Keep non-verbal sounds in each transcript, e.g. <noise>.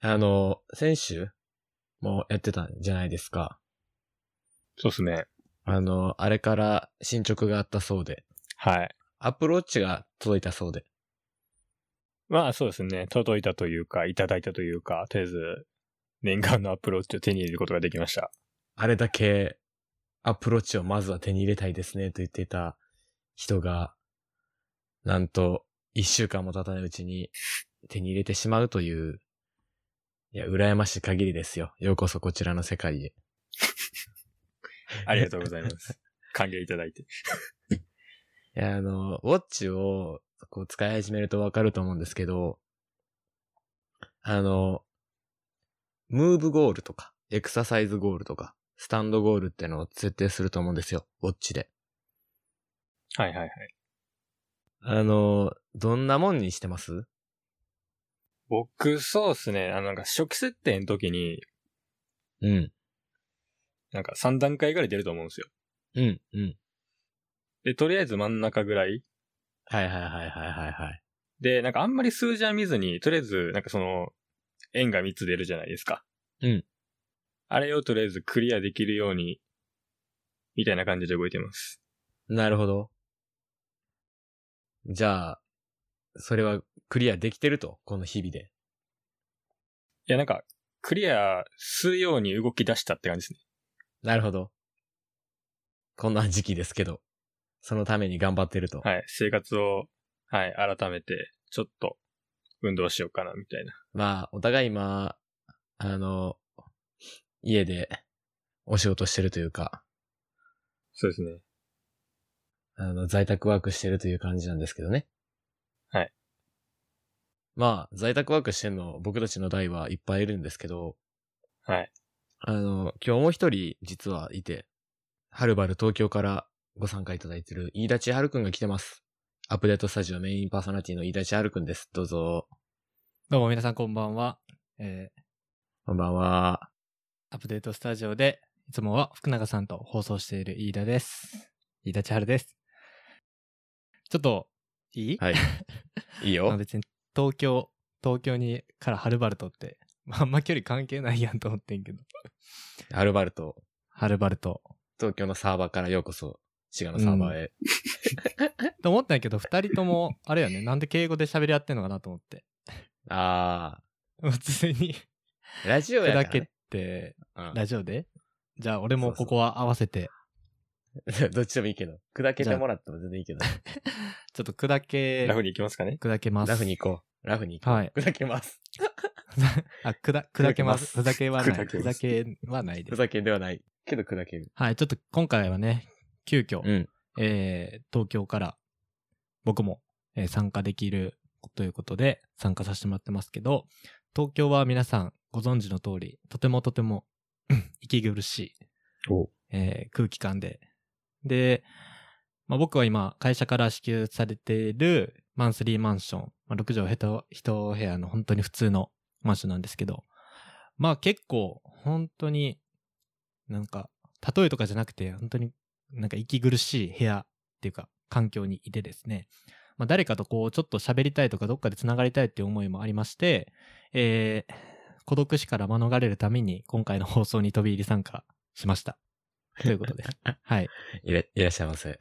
あの、先週もやってたんじゃないですか。そうですね。あの、あれから進捗があったそうで、はい。アップローチが届いたそうで。まあそうですね。届いたというか、いただいたというか、とりあえず、念願のアップローチを手に入れることができました。あれだけアプローチをまずは手に入れたいですねと言っていた人が、なんと一週間も経たないうちに手に入れてしまうという、いや、羨ましい限りですよ。ようこそこちらの世界へ。ありがとうございます。 <laughs> 歓迎いただいて。いや、あの、ウォッチをこう使い始めるとわかると思うんですけど、あの、ムーブゴールとか、エクササイズゴールとか、スタンドゴールってのを設定すると思うんですよ、ウォッチで。はいはいはい。あの、どんなもんにしてます僕、そうですね。あの、なんか初期設定の時に、うん。なんか3段階ぐらい出ると思うんですよ。うん、うん。で、とりあえず真ん中ぐらい。はいはいはいはいはいはい。で、なんかあんまり数字は見ずに、とりあえず、なんかその、円が3つ出るじゃないですか。うん。あれをとりあえずクリアできるように、みたいな感じで動いてます。なるほど。じゃあ、それはクリアできてると、この日々で。いや、なんか、クリアするように動き出したって感じですね。なるほど。こんな時期ですけど、そのために頑張ってると。はい。生活を、はい、改めて、ちょっと、運動しようかな、みたいな。まあ、お互い今、あの、家でお仕事してるというか、そうですね。あの、在宅ワークしてるという感じなんですけどね。はい。まあ、在宅ワークしてんの、僕たちの代はいっぱいいるんですけど、はい。あの、今日もう一人実はいて、はるばる東京からご参加いただいてる飯田千春くんが来てます。アップデートスタジオメインパーソナリティの飯田千春くんです。どうぞ。どうも皆さんこんばんは。えーこんばんは。アップデートスタジオで、いつもは福永さんと放送している飯田です。飯田千春です。ちょっと、いい、 <laughs> はい。いいまあよ。別に東京、東京にからはるばるとって、まああんま距離関係ないやんと思ってんけど。はるばるとはるばると。東京のサーバーからようこそ、滋賀のサーバーへ。と思ったんやけど、二人 <laughs> とも、あれよね、なんで敬語で喋り合ってんのかなと思って。あ普通にー、ラジオやから、砕けね。て、うんラジオでじゃあ俺もここは合わせて、 <laughs> どっちでもいいけど。砕けてもらっても全然いいけど。ちょっと砕けラ、フに行きますかね。砕けます。ラフに行こう。ラフに行こう。はい。砕けます。あ、くだ、砕けます。砕砕けはない。砕けま砕すけはないです。砕けんではない。けど砕ける。はい、ちょっと今回はね、急遽、うん。えー、東京から僕も、えー参加できるということで参加させてもらってますけど、東京は皆さんご存知の通り、とてもとてもうん息苦しいおえー空気感で。で、まあ、僕は今、会社から支給されているマンスリーマンション、まあ、6畳へと1部屋の本当に普通のマンションなんですけど、まあ結構、本当に、なんか、例えとかじゃなくて、本当になんか息苦しい部屋っていうか、環境にいてですね、まあ、誰かとこう、ちょっと喋りたいとか、どっかで繋がりたいっていう思いもありまして、えー孤独死から免れるために、今回の放送に飛び入り参加しました。ということです。はい。いらいらっしゃいませ。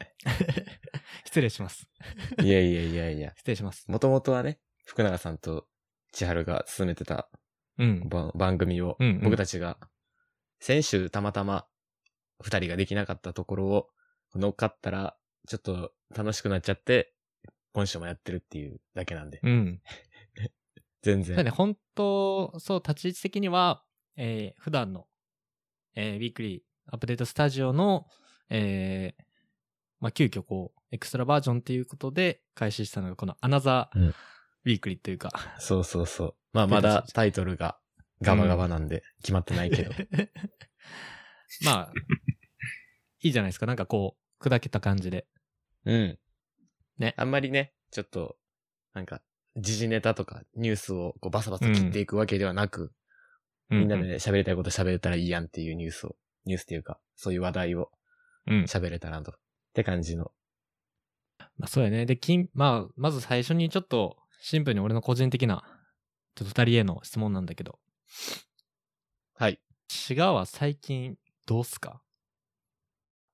失礼します。いやいやいやいや。失礼します。もともとはね、福永さんと千春が進めてたうん。ば番組をうんうん、僕たちが、先週たまたま二人ができなかったところを乗っかったら、ちょっと楽しくなっちゃって、今週もやってるっていうだけなんで、うん。全 <laughs> そうだね、然。本当、そう、立ち位置的には、えー普段の、えーウィークリーアップデートスタジオの、えーまあ、急遽こう、エクストラバージョンっていうことで開始したのが、このアナザうんーウィークリーというか、そうそうそう。まあまだタイトルがガバガバなんで決まってない <laughs> けど。 <laughs> まあ、いいじゃないですか。なんかこう、砕けた感じで。うん。ねあんまりね、ちょっと、なんか、時事ネタとかニュースをこうバサバサ切っていくわけではなく、みんなでね喋りたいこと喋れたらいいやんっていうニュースを、ニュースっていうか、そういう話題をうん、うん。喋れたらなと。って感じの。まあ、そうやね。で、きんまあ、まず最初にちょっと、シンプルに俺の個人的な、ちょっと二人への質問なんだけど、はい。滋賀は最近どうっすか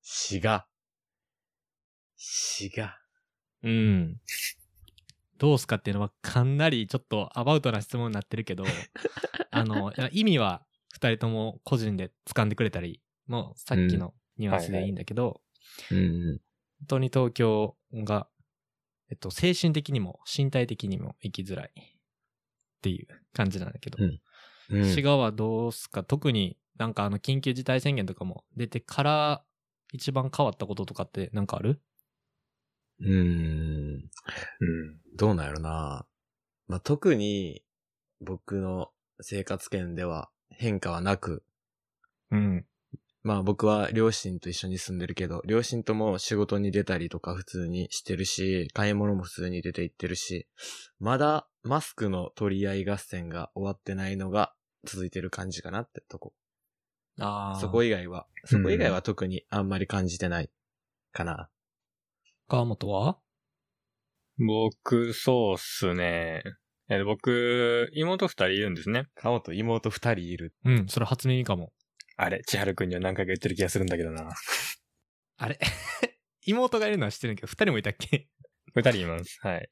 滋賀。滋賀。うん。どうっすかっていうのはかなりちょっとアバウトな質問になってるけど、あの、いや意味は二人とも個人で掴んでくれたり、もうさっきのニュアンスでいいんだけど、うんう本当に東京が、えっと、精神的にも身体的にも生きづらいっていう感じなんだけど、うんん。うん滋賀はどうすか特になんかあの緊急事態宣言とかも出てから一番変わったこととかってなんかあるうーん。うん。どうなんやろな。まあ、特に僕の生活圏では変化はなく、うん。まあ僕は両親と一緒に住んでるけど、両親とも仕事に出たりとか普通にしてるし、買い物も普通に出て行ってるし、まだマスクの取り合い合戦が終わってないのが続いてる感じかなってとこ。ああ。そこい。以外は、そこ以外は特にあんまり感じてないかな。川本は僕、そうっすね。え僕、妹二人いるんですね。カオと妹二人いる。うん、それ初耳かも。あれ、千春くんには何回か言ってる気がするんだけどな。あれ <laughs> 妹がいるのは知ってるけど、二人もいたっけ二人います。はい。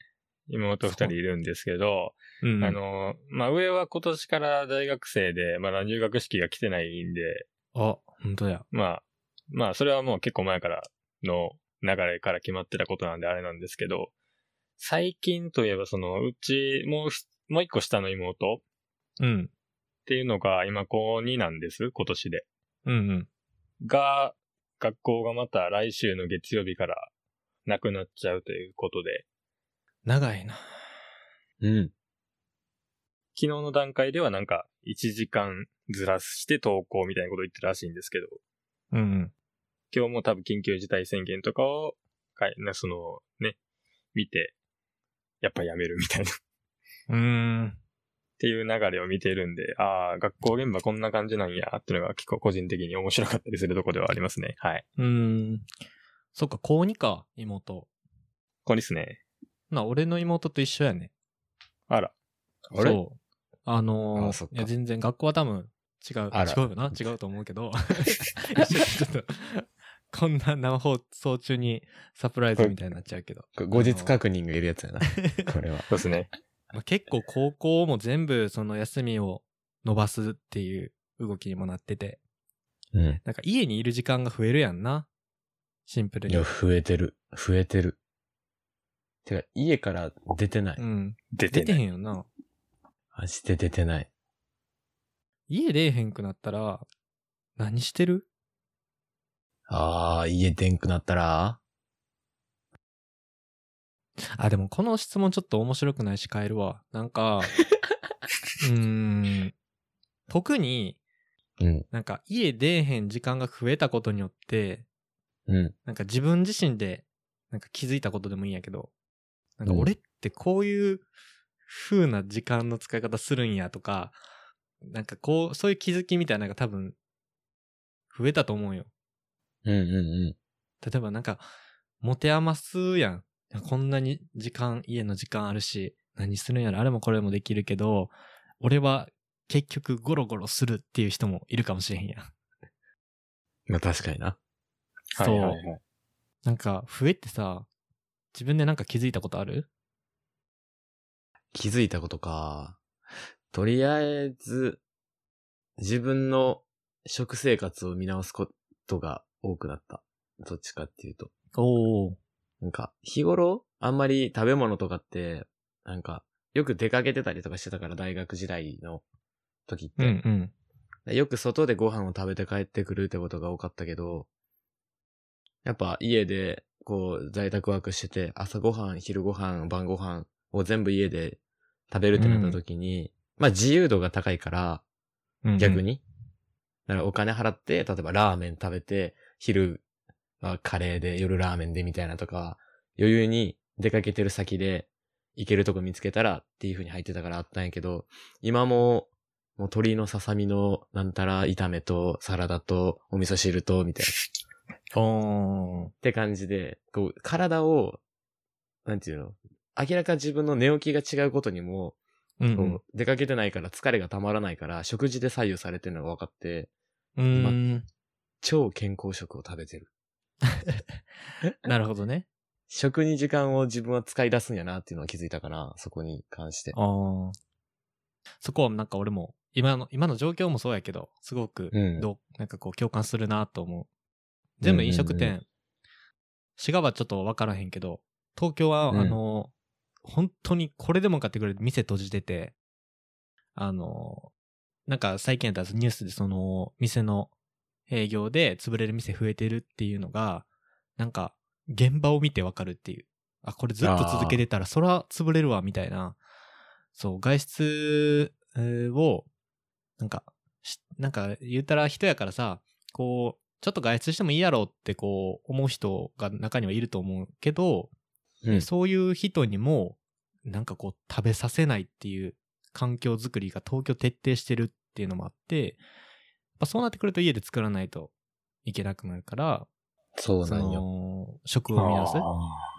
妹二人いるんですけど、うん。あ、の、まあ、上は今年から大学生で、まだ入学式が来てないんで、あ、本当や。まあ、まあ、それはもう結構前からの流れから決まってたことなんであれなんですけど、最近といえばその、うち、もうひ、もう一個下の妹っうん。ていうのが今高2なんです、今年で。うんうん。が、学校がまた来週の月曜日からなくなっちゃうということで、長いな。うん。昨日の段階ではなんか1時間ずらして投稿みたいなこと言ってるらしいんですけど、うんうん。今日も多分緊急事態宣言とかを、かいなそのね、見て、やっぱやめるみたいな <laughs> っうーん。ていう流れを見てるんで、ああ、学校現場こんな感じなんやっていうのが結構個人的に面白かったりするとこではありますね。はい。うーん。そっか、高2か、妹。ここですね。な、俺の妹と一緒やね。あら。あれそう。あのーあそっかいや、全然学校は多分違う、あら違うよな違うと思うけど。 <laughs> 一緒にちょっと、こんな生放送中にサプライズみたいになっちゃうけど。後日確認がいるやつや <laughs> な。これは。そうですね。まあ、結構高校も全部その休みを伸ばすっていう動きにもなってて、うん。なんか家にいる時間が増えるやんな。シンプルいにや、。増えてる。増えてる。てか、家から出てない。うん。出て出てね。へんよな。マジで出てない。家出えへんくなったら、何してるあー、家でんくなったらあ、でもこの質問ちょっと面白くないし変えるわ。な <laughs> んか、うーん。特にうん。なんか家出えへん時間が増えたことによって、うん。なんか自分自身でなんか気づいたことでもいいんやけど、なんか俺ってこういう風な時間の使い方するんやとか、なんかこう、そういう気づきみたいなのが多分増えたと思うよ。うんう例えばなんか、持て余すやん。こんなに時間、家の時間あるし、何するんやろ、あれもこれもできるけど、俺は結局ゴロゴロするっていう人もいるかもしれへんやん。ん。まあ確かにな。はいはいはい。なんか、増えてさ、自分でなんか気づいたことある気づいたことか。とりあえず、自分の食生活を見直すことが多くなった。どっちかっていうと。おお。なんか、日頃、あんまり食べ物とかって、なんか、よく出かけてたりとかしてたから、大学時代の時って。うんうん。でよく外でご飯を食べて帰ってくるってことが多かったけど、やっぱ家で、こう、在宅ワークしてて、朝ご飯、昼ご飯、晩ご飯を全部家で食べるってなった時に、まあ自由度が高いから、うんうん逆。に。だからお金払って、例えばラーメン食べて、昼はカレーで、夜ラーメンでみたいなとか、余裕に出かけてる先で行けるとこ見つけたらっていう風に入ってたからあったんやけど、今も、もう鶏のささみのなんたら炒めとサラダとお味噌汁とみたいな。おー。って感じで、こう、体を、なんていうの明らか自分の寝起きが違うことにも、うんそう出かけてないから疲れがたまらないから、食事で左右されてるのが分かって、うん。うーん。超健康食を食べてる。なるほどね。食に時間を自分は使い出すんやなっていうのは気づいたかな、そこに関して。ああ。そこはなんか俺も、今の、今の状況もそうやけど、すごく、うんどう、なんかこう共感するなと思う。全部飲食うんうん店、滋賀はちょっとわからへんけど、東京は、うんあの、本当にこれでも買ってくれる店閉じてて、あの、なんか最近やったらニュースでその、店の営業で潰れる店増えてるっていうのが、なんか、現場を見てわかるっていう。あ、これずっと続けてたら、そら潰れるわ、みたいな。そう、外出えーを、なんか、しなんか言ったら人やからさ、こう、ちょっと外出してもいいやろってこう、思う人が中にはいると思うけど、うんそういう人にも、なんかこう、食べさせないっていう環境づくりが東京徹底してるっていうのもあって、やっぱそうなってくると家で作らないといけなくなるから、そうそなんよ。の、食を見直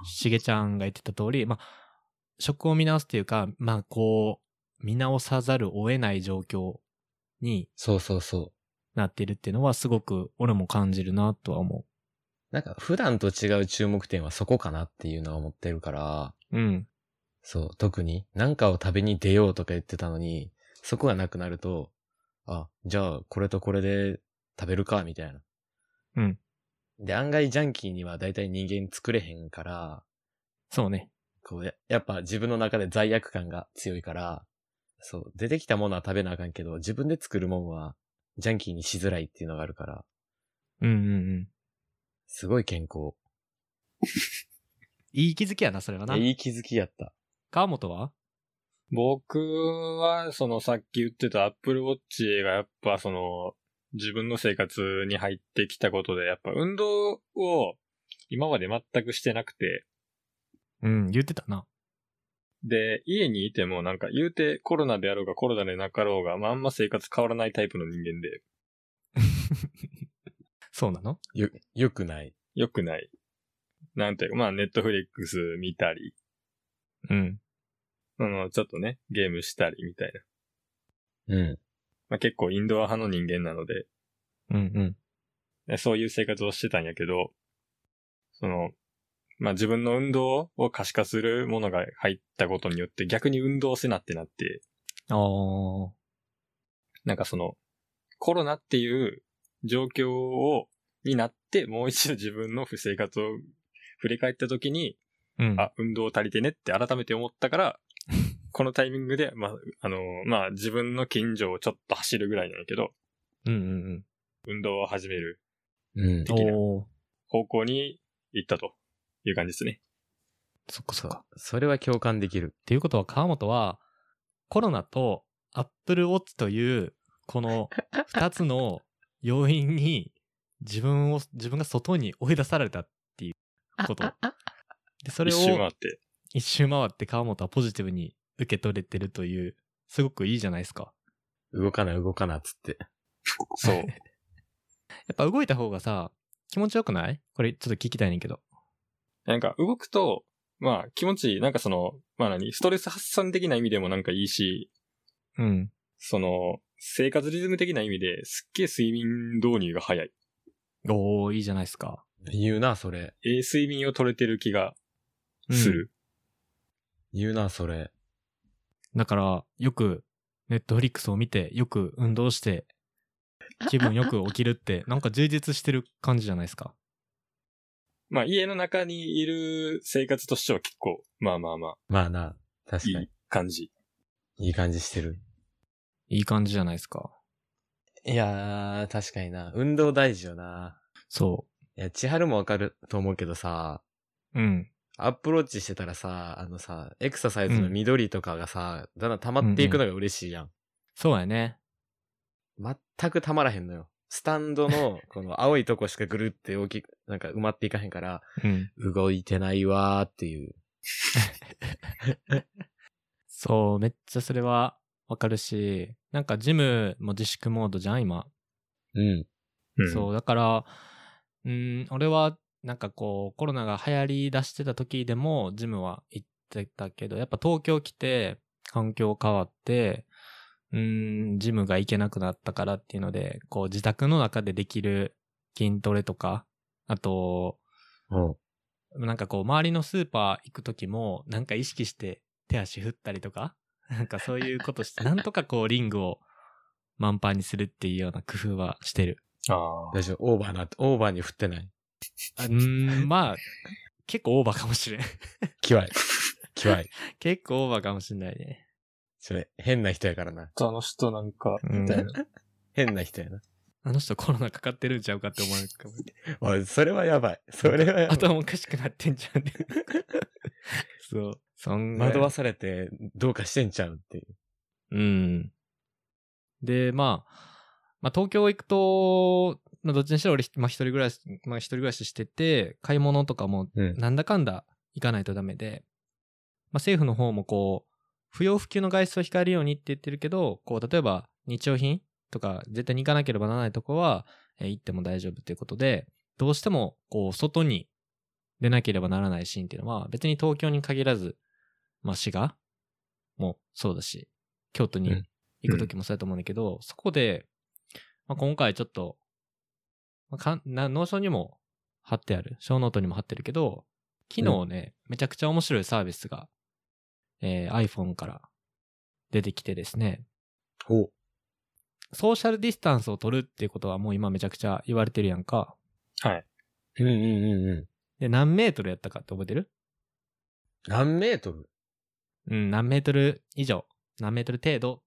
す。しげちゃんが言ってた通り、まあ、職を見直すっていうか、まあ、こう、見直さざるを得ない状況にそうそうそう。なっているっていうのは、すごく俺も感じるなとは思なんか普段と違う注目点はそこかなっていうのは思ってるから、う。うん。そう、特に何かを食べに出ようとか言ってたのに、そこがなくなると、あ、じゃあこれとこれで食べるか、みたいな。うん。で、案外ジャンキーには大体人間作れへんから、そうね。こうや、やっぱ自分の中で罪悪感が強いから、そう、出てきたものは食べなあかんけど、自分で作るもんはジャンキーにしづらいっていうのがあるから、うんうんうん。すごい健康。いい気づきやな、それはな。いい気づきやった。川本は僕は、そのさっき言ってた Apple Watch がやっぱその、自分の生活に入ってきたことで、やっぱ運動を今まで全くしてなくて、うん、言ってたな。で、家にいてもなんか言うてコロナであろうがコロナでなかろうが、まああんま生活変わらないタイプの人間で、 <laughs> そうなのよ、よくない。良くない。なんていうか、まあ、ネットフリックス見たり、うん。あの、ちょっとね、ゲームしたりみたいな。うん。まあ、結構インドア派の人間なので、うんうん。ねそういう生活をしてたんやけど、その、まあ、自分の運動を可視化するものが入ったことによって逆に運動せなってなって、あー。なんかその、コロナっていう状況を、になって、もう一度自分の不生活を振り返った時に、うん。あ、運動足りてねって改めて思った <laughs> から、このタイミングで、まあ、あの、まあ、自分の近所をちょっと走るぐらいなんやけど、うんうん運動を始めるうんうん。。的なおー。方向に行ったという感じですね。そっかそっか。それは共感できる。っていうことは川本はコロナとアップルウォッチというこ <laughs> の2つの要因に自分を自分が外に追い出されたっていうことでそれ一周回をって。一周回って川本はポジティブに受け取れてるというすごくいいじゃないですか動かな、動かな、つって。そう。 <laughs> やっぱ動いた方がさ気持ちよくないこれちょっと聞きたいねんけどなんか動くと、まあ気持ちいい、なんかその、まあ何、ストレス発散的な意味でもなんかいいし、うんその、生活リズム的な意味ですっげえ睡眠導入が早い。おーいいじゃないですか言うな、それ。ええ睡眠を取れてる気がする。言うな、それ。だから、よく、ネットフリックスを見て、よく運 <laughs> 動して、気分よく起きるって、なんか充実してる感じじゃないですか。まあ家の中にいる生活としては結構、まあまあまあ、まあな、確いかにい。感じ。いい感じしてる。いい感じじゃないですか。いやー、確かにな。運動大事よな。そいや、千春もわかると思うけどさ、う。うん。アップローチしてたらさ、あのさ、エクササイズの緑とかがさ、だんだん溜まっていくのが嬉しいやん。そうやね。全く溜まらへんのよ。スタンド <laughs> の、この青いとこしかぐるって大きく、なんか埋まっていかへんから、うん。動いてないわーっていう。そう、めっちゃそれはわかるし、なんかジムも自粛モードじゃん、今。うん。うんそう、だから、うん、俺は、なんかこう、コロナが流行り出してた時でも、ジムは行ってたけど、やっぱ東京来て、環境変わって、うーん、ジムが行けなくなったからっていうので、こう自宅の中でできる筋トレとか、あと、うん。なんかこう周りのスーパー行く時も、なんか意識して手足振ったりとか、 <laughs> なんかそういうことして、なんとかこうリングを満帆にするっていうような工夫はしてる。ああ。大丈夫。オーバーな、オーバーに振ってない。あうーん、まあ、結構オーバーかもしれん。 <laughs> キワイ。キワイ。結構オーバーかもしれないね。それ、変な人やからな。あの人なんか、みたいな。変な人やな。あの人コロナかかってるんちゃうかって思うか <laughs> も。おい、それはやばい。それはやばい。頭おかしくなってんじゃんね。 <laughs> そう。そんぐらい惑わされて、どうかしてんちゃうっていう。うん。で、まあ、まあ、東京行くと、まあ、どっちにしろ俺、まあ、一人暮らし、まあ、一人暮らししてて、買い物とかも、うん。なんだかんだ行かないとダメで、まあ、政府の方もこう、不要不急の外出を控えるようにって言ってるけど、こう、例えば、日用品とか、絶対に行かなければならないとこは、えー行っても大丈夫ということで、どうしても、こう、外に出なければならないシーンっていうのは、別に東京に限らず、まあ、滋賀もそうだし、京都うにん行くときもそうだと思うんだけど、そこで、まあ、今回ちょっと、まあ、かんな、ノーションにも貼ってある、小ノートにも貼ってるけど、昨日ね、めちゃくちゃ面白いサービスが、えー iPhone から出てきてですね、ほう。ソーシャルディスタンスを取るっていうことはもう今めちゃくちゃ言われてるやんか。はい。うんうんうんうん。で、何メートルやったかって覚えてる何メートルうん、何メートル以上、何メートル程度、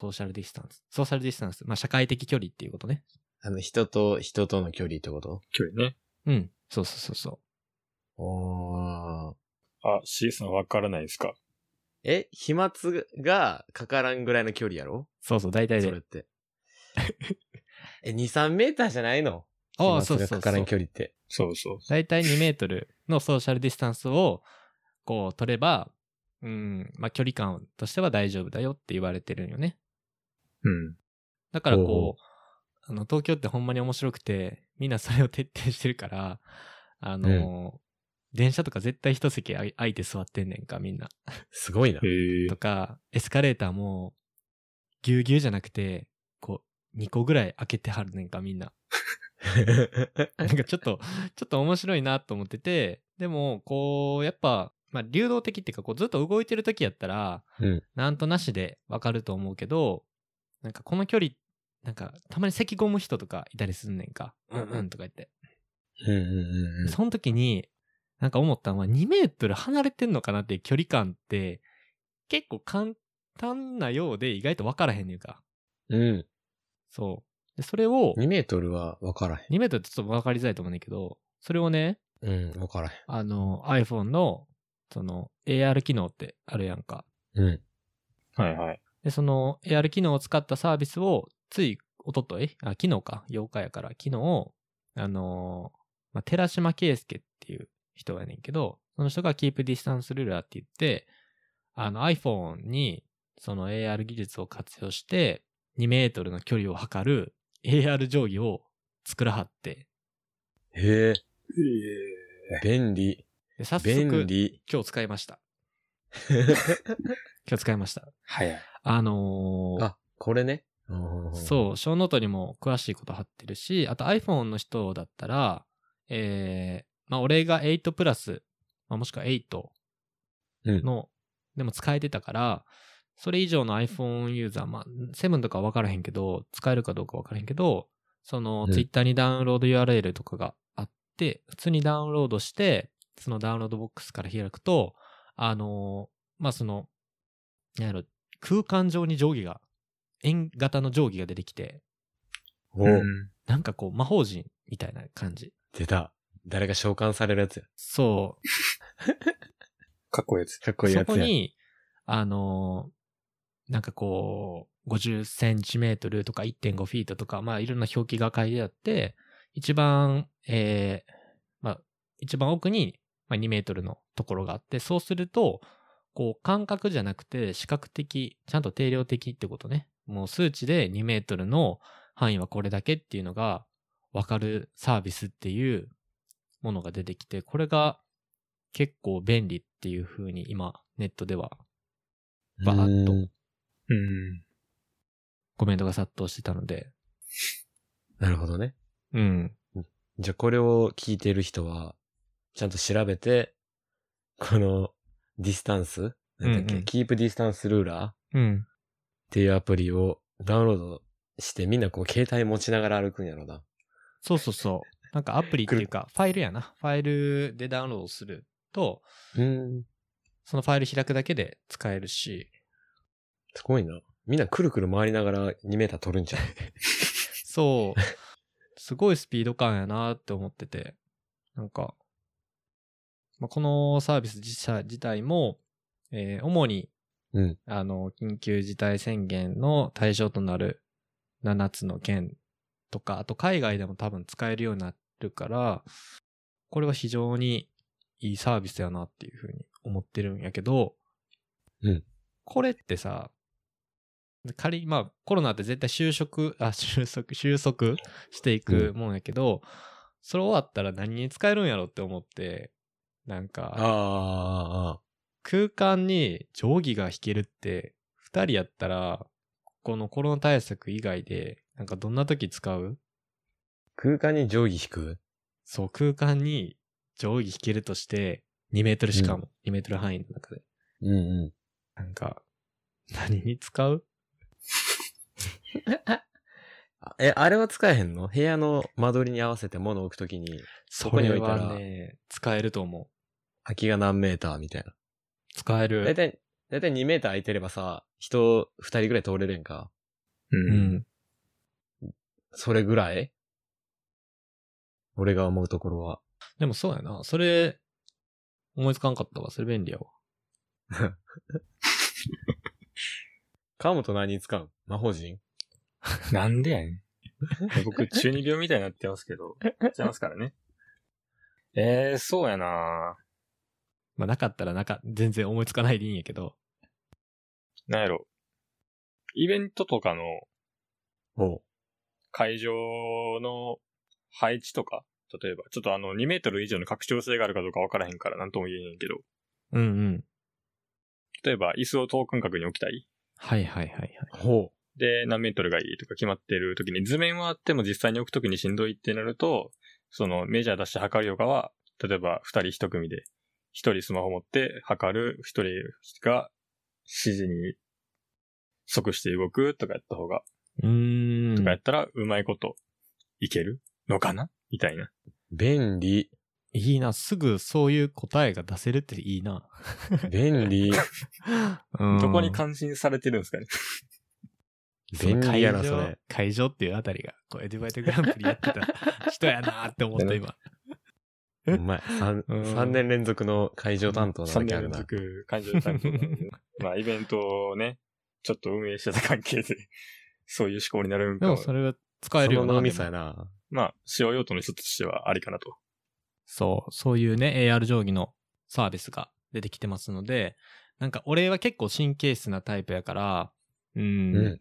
ソーシャルディスタンス。ソーシャルディスタンス。まあ、社会的距離っていうことね。あの、人と人との距離ってこと距離ね。うん、そうそうそうそう。おー。あ、C さんわからないですかえ、飛沫がかからんぐらいの距離やろそうそう、大体そでれっ。て。え、2、3メーターじゃないのああ、飛そ沫うそうがそう。かからん距離って。そうそう。大体2メートルのソーシャルディスタンスを、こう、取れば、うん、まあ、距離感としては大丈夫だよって言われてるんよね。うん。だからほうほこう、あの、東京ってほんまに面白くて、みんなそれを徹底してるから、あのー、電車とか絶対一席あい空いて座ってんねんか、みんな。すごいなへ。えと。か、エスカレーターも、ぎゅうぎゅうじゃなくて、こう、2個ぐらい開けてはるねんか、みんな。 <laughs> なんかちょっと、ちょっと面白いなと思ってて、でも、こう、やっぱ、まあ、流動的っていうか、こう、ずっと動いてる時やったら、うんなんとなしでわかると思うけど、なんかこの距離、なんか、たまに咳込む人とかいたりすんねんか。うんうんとか言って。 <laughs> うんうんうんうん。その時に、なんか思ったのは、2メートル離れてんのかなっていう距離感って、結構簡単なようで意外と分からへんねんか。うん。そう。でそれを、 2メートルは分からへ2メートルってちょっと分かりづらいと思うねんだけど、それをね、ん。うん、分からへあの、iPhone の、その、AR 機能ってあるやんか。ん。うん。はいはい。で、その、AR 機能を使ったサービスを、つい、おととい、あ、昨日か、8日やから、昨日、あのーまあ、寺島圭介っていう人やねんけど、その人が Keep Distance Ruler って言って、あの iPhone に、その AR 技術を活用して、2メートルの距離を測る AR 定規を作らはって、へえ、へ便利。で早便速、利。 <laughs> 今日使いました。今日使いました。早い。あのーあ、これね。うんそう、小ノートにも詳しいこと貼ってるし、あと iPhone の人だったら、えー、まあ俺が8プラス、まあ、もしくは8うんの、でも使えてたから、それ以上の iPhone ユーザー、まあ7とかは分からへんけど、使えるかどうか分からへんけど、そのうん Twitter にダウンロード URL とかがあって、普通にダウンロードして、そのダウンロードボックスから開くと、あのーまあその、なんやろ、空間上に定規が、円型の定規が出てきて、おうん。なんかこう魔法陣みたいな感じ。出た。誰が召喚されるやつや。そう。かっこいいやつ。かっこいいそやつこや。に、あのーなんかこう、50センチメートルとか1.5フィートとか、まあいろんな表記が書いてあって、一番、えーまあ一番奥に、まあ、2メートルのところがあって、そうすると、こう感覚じゃなくて視覚的、ちゃんと定量的ってことね。もう数値で2メートルの範囲はこれだけっていうのがわかるサービスっていうものが出てきて、これが結構便利っていう風に今ネットではバーっとうんうん。コメントが殺到してたので、なるほどね。うん。じゃあこれを聞いてる人は、ちゃんと調べて、このディスタンスなんだっけ、うんうんキープディスタンスルーラーっうん。ていうアプリをダウンロードしてみんなこう携帯持ちながら歩くんやろな。そうそうそう。なんかアプリっていうか、ファイルやな。ファイルでダウンロードすると、うん。そのファイル開くだけで使えるし、すごいな。みんなくるくる回りながら2メーター取るんじゃん。そう。すごいスピード感やなって思ってて。なんか、まあ、このサービス自社自体も、えー主に、うんあの、緊急事態宣言の対象となる7つの県とか、あと海外でも多分使えるようになるから、これは非常にいいサービスやなっていうふうに思ってるんやけど、うんこれってさ、仮にまあコロナって絶対収束、あ、収束、収束していくもんやけど、それ終わったら何に使えるんやろって思って、なんか、ああ、空間に定規が引けるって、二人やったら、このコロナ対策以外で、なんかどんな時使う空間に定規引くそう、空間に定規引けるとして、2メートルしかも、2メートル範囲の中で。うんう。なんか、何に使うんえ、あれは使えへんの部屋の間取りに合わせて物置くときに、そこに置れいたらはね、使えると思う。空きが何メーターみたいな。使えだいる。たい、だいたい2メーター空いてればさ、人2人ぐらい通れるんか。ううん。ん。それぐらい俺が思うところは。でもそうやな。それ、思いつかんかったわ。それ便利やわ。川本何に使うん魔法陣なんでやねん。 <laughs> 僕、中二病みたいになってますけど、ちゃいますからね。 <laughs> えー、そうやなまあなかったらなか、全然思いつかないでいいんやけど。なんやろ。イベントとかのおう。会場の配置とか、例えば、ちょっとあの、2メートル以上の拡張性があるかどうかわからへんから、なんとも言えへんけど、うんうん。例えば、椅子を等間隔に置きたい。はいはいはいはい。ほで、何メートルがいいとか決まってる時に、図面はあっても実際に置く時にしんどいってなると、そのメジャー出して測るよりかは、例えば二人一組で、一人スマホ持って測る、一人が指示に即して動くとかやった方が、うーとんかや。ったらうまいこといけるのかなみたいな。う。便 <laughs> 利。いいな。すぐそういう答えが出せるっていいな。便利。うんどこに感心されてるんですかね。便利やな、それ。会場っていうあたりが、こう、エデュバイトグランプリやっ <laughs> てた人やなーって思った今。うまい。3, うん三年連続の会場担当なだ3けあ年る連な。続感情担当なんでまあ、イベントをね、ちょっと運営してた関係で、そういう思考になるんでかももそれは使えそるよのな。脳みそでやもな。まあ、使用用途の一つとしてはありかなと。そう、そういうね、AR 定規のサービスが出てきてますので、なんか俺は結構神経質なタイプやから、う、うんん。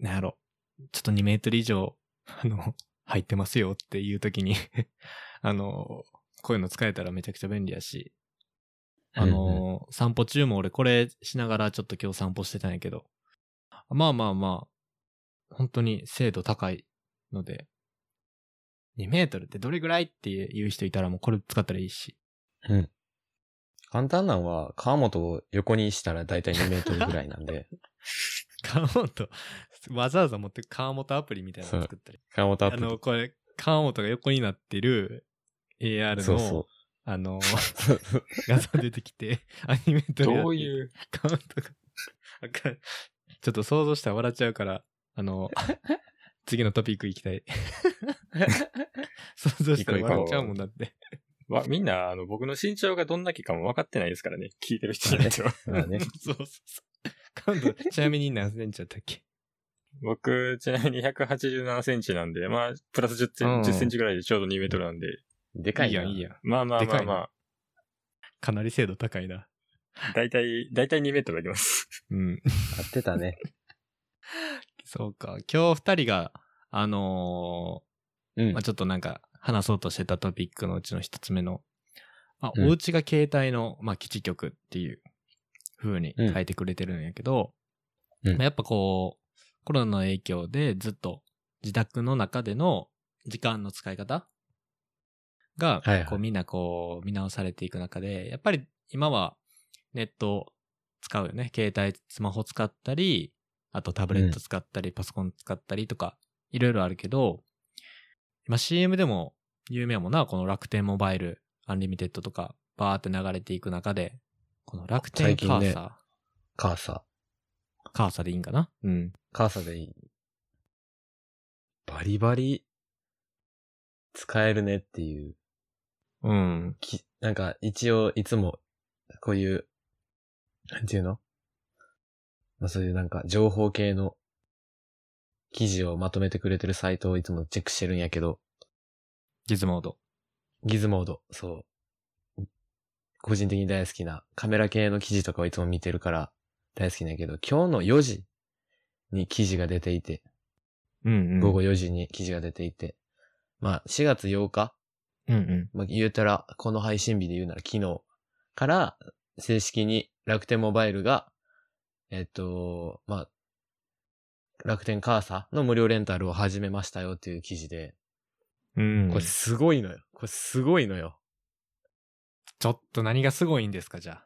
なんやろ、ちょっと2メートル以上、あの、入ってますよっていう時に、 <laughs> あの、こういうの使えたらめちゃくちゃ便利やし、あうんの、散歩中も俺これしながらちょっと今日散歩してたんやけど、まあまあまあ、本当に精度高いので、2メートルってどれぐらいっていう人いたらもうこれ使ったらいいし。 <laughs> 簡単なんは、川本を横にしたら大体2メートルぐらいなん <laughs> で、カーモント、わざわざ持ってカーモントアプリみたいなの作ったり。川本アあップの、と。これ、カーモントが横になってる AR の、そうそあの、う。 <laughs> 画像出てきて、アニメートルやってう、いう。カウントが、 <laughs> あかん。ちょっと想像したら笑っちゃうから、あの、次のトピック行きたい。 <laughs> 想像したら笑っちゃうもんだって。わみんな、あの、僕の身長がどんだけかも分かってないですからね。聞いてる人によ <laughs> っては。まあね。そうそうそう。カウント、ちなみに何センチだったっけ僕、ちなみに187センチなんで、まあ、プラス10センうん10センチぐらいでちょうど2メートルなんで、でかいいやな。んいいやん。まあまあでまかあいまなかなり精度高いな。あ、だいたい、だいたい2メートルあります。うん。合ってたね。そうか。今日二人が、あのうーんまあ、。ちょっとなんか話そうとしてたトピックのうちの一つ目の、まあ、うんお家が携帯の、まあ、基地局っていう風に変えてくれてるんやけど、うんまあやっぱこう、コロナの影響でずっと自宅の中での時間の使い方が、はいはいこうみんなこう見直されていく中で、やっぱり今はネット使うよね。携帯、スマホ使ったり、あとタブレット使ったり、パソコン使ったりとか、いろいろあるけど、まあ、CM でも有名やもんな、この楽天モバイル、アンリミテッドとか、バーって流れていく中で、この楽天最近カねーサー、カーサ。カーサでいいんかなうん。カーサでいい。バリバリ、使えるねっていう。うん。きなんか、一応、いつも、こういう、なんていうのまあ、そういうなんか、情報系の、記事をまとめてくれてるサイトをいつもチェックしてるんやけど、ギズモード。ギズモード、そう。個人的に大好きなカメラ系の記事とかをいつも見てるから大好きなんやけど、今日の4時に記事が出ていて、うんうん。午後4時に記事が出ていて、まあ4月8日、うんうん。まあ、言うたらこの配信日で言うなら昨日から正式に楽天モバイルが、えっと、まあ、楽天カーサの無料レンタルを始めましたよっていう記事で、うんこれすごいのよ。これすごいの <laughs> よ。ちょっと何がすごいんですか、じゃ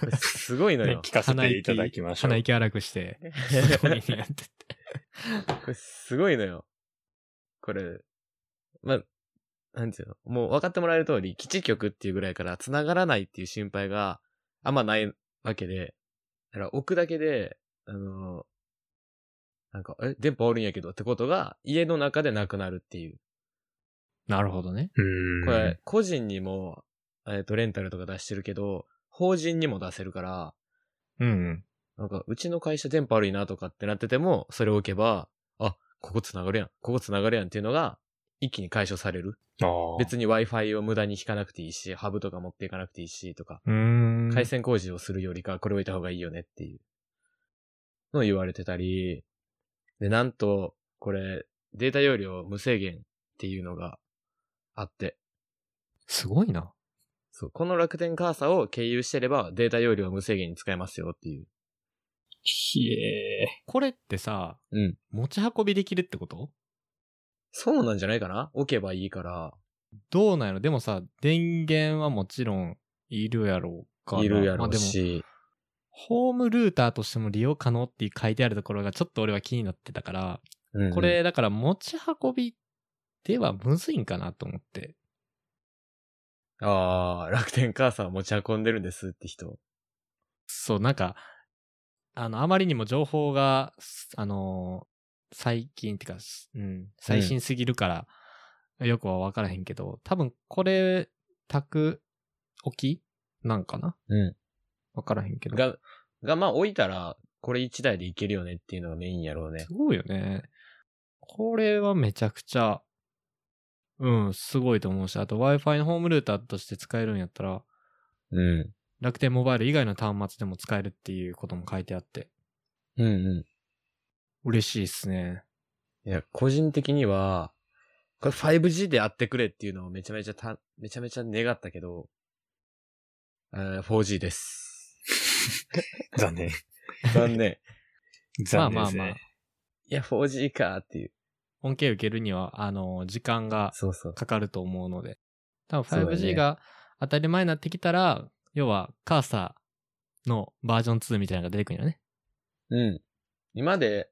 これすごいのねよ。聞かせていただきまあ。しょう。鼻息荒くして、すごいねって言って。これすごいのよ。これ、まあ、なんていうのもう分かってもらえる通り、基地局っていうぐらいから繋がらないっていう心配があんまないわけで、だから置くだけで、あの、なんか、え、電波あるんやけどってことが家の中でなくなるっていう。なるほどね。うん。これ、個人にも、えっ、と、レンタルとか出してるけど、法人にも出せるから、うんうん。なんか、うちの会社電波悪いなとかってなってても、それを置けば、あ、ここ繋がるやん、ここ繋がるやんっていうのが、一気に解消される。あー別に Wi-Fi を無駄に引かなくていいし、ハブとか持っていかなくていいし、とか、うーん。回線工事をするよりか、これ置いた方がいいよねっていう、のを言われてたり、で、なんと、これ、データ容量無制限っていうのがあって、すごいな。そう、この楽天カーサを経由してれば、データ容量は無制限に使えますよっていう。ひえこれってさ、うん持ち運びできるってことそうなんじゃないかな置けばいいから、どうなんやろでもさ、電源はもちろんいるやろうから。いるやろまあうでもし、ホームルーターとしても利用可能って書いてあるところがちょっと俺は気になってたから、うんこれだから持ち運びではむずいんかなと思って。ああ、楽天カーサー持ち運んでるんですって人。そう、なんか、あの、あまりにも情報が、すあのー最近ってか、すうん、最新すぎるから、よくはわからへんけど、多分これ、宅置きなんかなうん。わからへんけど。が、が、まあ置いたら、これ一台でいけるよねっていうのがメインやろうねす。ごいよね。これはめちゃくちゃ、うん、すごいと思うし、あと Wi-Fi のホームルーターとして使えるんやったら、うん。楽天モバイル以外の端末でも使えるっていうことも書いてあって、うんう嬉しいっすね。ん。いや、個人的には、これ 5G でやってくれっていうのをめちゃめちゃた、めちゃめちゃ願ったけど、えー 4G です。ー。残念。残念。残念ですね。まあまあまあ <laughs> いや、4G かーっていう。恩恵受けるには、あの、時間がそうそう。かかると思うので、多そう分だね 5G が当たり前になってきたら、要は、カーサーのバージョン2みたいなのが出てくるよね。うん。今で、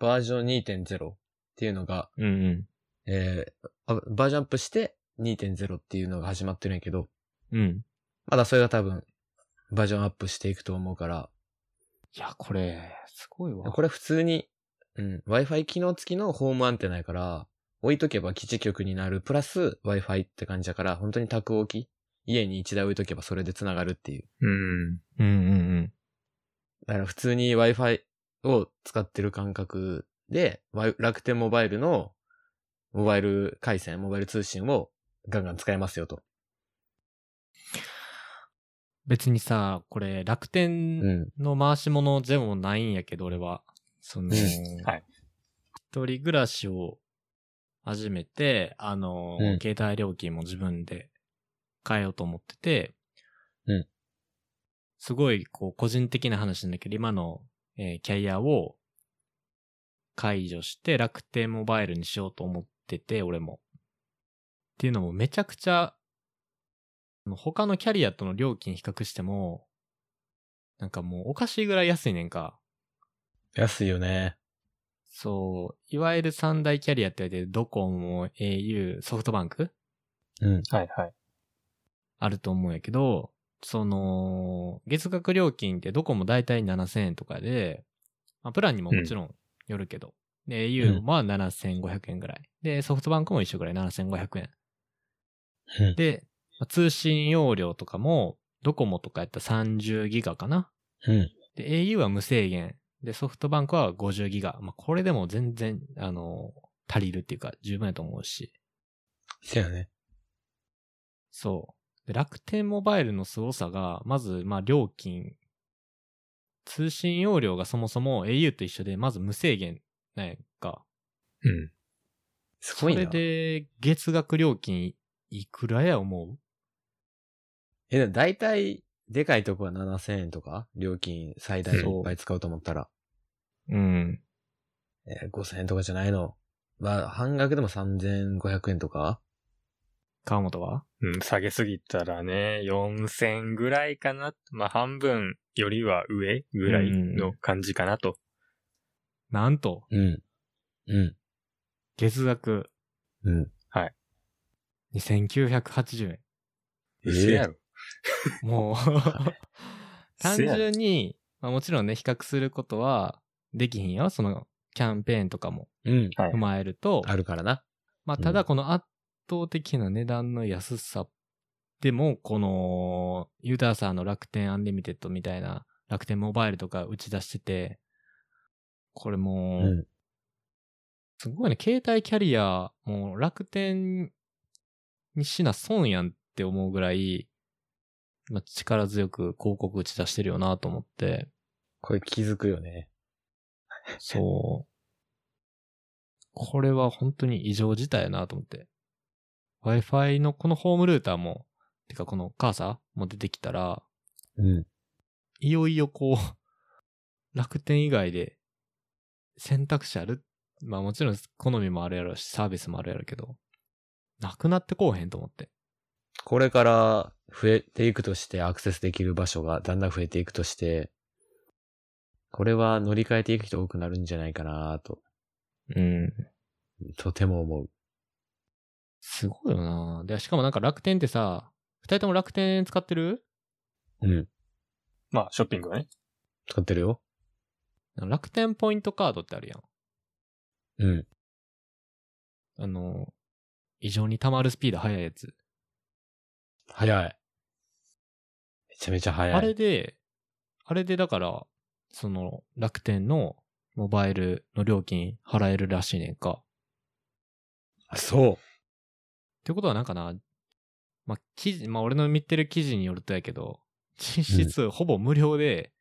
バージョン2.0っていうのが、うんうん。えーあバージョンアップして2.0っていうのが始まってるんやけど、うん。まだそれが多分、バージョンアップしていくと思うから、いや、これ、すごいわ。これ普通に、うん、Wi-Fi 機能付きのホームアンテナやから、置いとけば基地局になる、プラス Wi-Fi って感じだから、本当に宅置き、家に一台置いとけばそれで繋がるっていう。うん。うんうんうん。だから普通に Wi-Fi を使ってる感覚で、ワイ楽天モバイルのモバイル回線、モバイル通信をガンガン使えますよと。別にさ、これ、楽天うん。の回し物でもないんやけど、俺は。その、うんはい一人暮らしを始めて、あの、うん携帯料金も自分で変えようと思ってて、うんすごい、こう、個人的な話なんだけど、今の、えーキャリアを解除して楽天モバイルにしようと思ってて、俺も。っていうのもめちゃくちゃ、あの他のキャリアとの料金比較しても、なんかもうおかしいぐらい安いねんか。安いよね。そう、いわゆる三大キャリアって言われてるドコモ、au、ソフトバンクうん。はいはい。あると思うんやけど、その、月額料金ってどこも大体7000円とかで、まあ、プランにももちろんよるけど、で、au は7500円ぐらい。で、ソフトバンクも一緒ぐらい7500円。うんで、まあ通信容量とかも、ドコモとかやったら30ギガかな。うん。で、au は無制限。で、ソフトバンクは50ギガ。まあ、これでも全然、あの、足りるっていうか、十分やと思うし。そうやね。そう。で楽天モバイルの凄さが、まず、まあ、料金。通信容量がそもそも au と一緒で、まず無制限なんやんか。うん。すごいな。それで、月額料金いくらや思うえ、だいたい、でかいとこは7000円とか料金最大いっそうぱい使うと思ったら。うん。えー、5000円とかじゃないの。まあ、半額でも3500円とか川本はうん、下げすぎたらね、4000ぐらいかな。まあ、半分よりは上ぐらいの感じかなと。なんと、うん。うん。月額うん。 2980円。えー嘘やろ。 <laughs> もう、単せやろ純に、まあ、もちろんね、比較することはできひんよ。その、キャンペーンとかもうん。はい踏。まえると、あるからな。まあ、うんただこの圧倒的な値段の安さでも、この、ユーターさんの楽天アンリミテッドみたいな、楽天モバイルとか打ち出してて、これうもう、ん。すごいね、携帯キャリア、もう楽天にしな損やんって思うぐらい、まあ、力強く広告打ち出してるよなと思って、これ気づくよね。そう。これは本当に異常事態やなと思って。Wi-Fi のこのホームルーターも、てかこのカーサーも出てきたら、うん。いよいよこう、 <laughs> 楽天以外で選択肢あるまあもちろん好みもあるやろうし、サービスもあるやろうけど、なくなってこうへんと思って。これから増えていくとして、アクセスできる場所がだんだん増えていくとして、これは乗り換えていく人多くなるんじゃないかなと、うん。とても思う。すごいよなで、しかもなんか楽天ってさ、二人とも楽天使ってるうん。まあ、ショッピングはね。使ってるよ。楽天ポイントカードってあるやん。うん。あの、異常に溜まるスピード速いやつ。早い。めちゃめちゃ早い。あれで、あれでだから、その楽天のモバイルの料金払えるらしいねんか。あそう。ってことはなんかな、まあ、記事、まあ、俺の見てる記事によるとやけど、実質ほぼ無料で、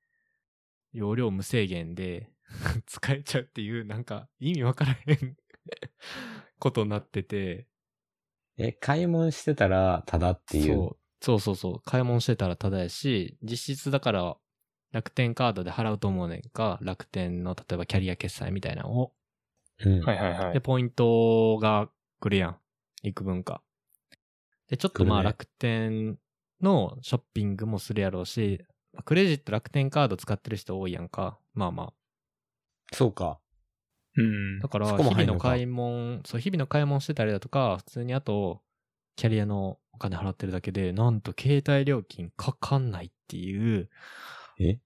容量無制限で <laughs> 使えちゃうっていう、なんか意味わからへん <laughs> ことになってて、え、買い物してたら、ただっていう。そうそうそうそう。買い物してたらただやし、実質だから楽天カードで払うと思うねんか、楽天の例えばキャリア決済みたいなのを。う。ん。はいはいはで、い。ポイントが来るやん。幾分か。で、ちょっとま来あるね楽天のショッピングもするやろうし、クレジット楽天カード使ってる人多いやんか。まあまあ。そうか。うんだ。から、そ日こも々入んののか買い物、そう、日々の買い物してたりだとか、普通にあと、キャリアのお金払ってるだけで、なんと携帯料金かかんないっていう、ええ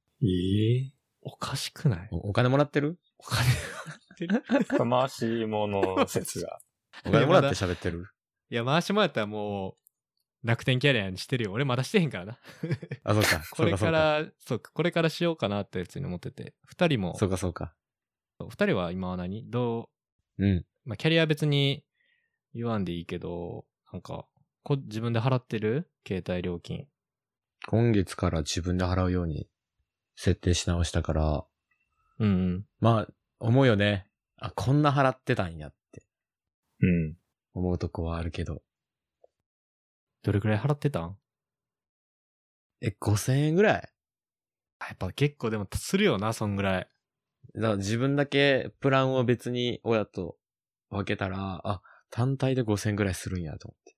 おかしくないおお金もらって <laughs> るお金 <laughs> 払ってるかましいもの説が。お金もらって喋ってる。いや、回しもやったらもう、楽天キャリアにしてるよ。俺まだしてへんからな。あ、そう <laughs> か。これかそうか。ら、 <laughs> そうかこれからしようかなって別に思ってて。二人もそ、うか、そうか。二人は今は何どうん。う、まあ、キャリア別に言わんでいいけど、なんか、こ自分で払ってる携帯料金。今月から自分で払うように設定し直したから、うんうん。まあ、思うよね。あ、こんな払ってたんやってうん。思うとこはあるけど。どれくらい払ってたんえ、5000円ぐらいやっぱ結構でもするよな、そんぐらい。だから自分だけプランを別に親と分けたら、あ、単体で5000ぐらいするんやと思って。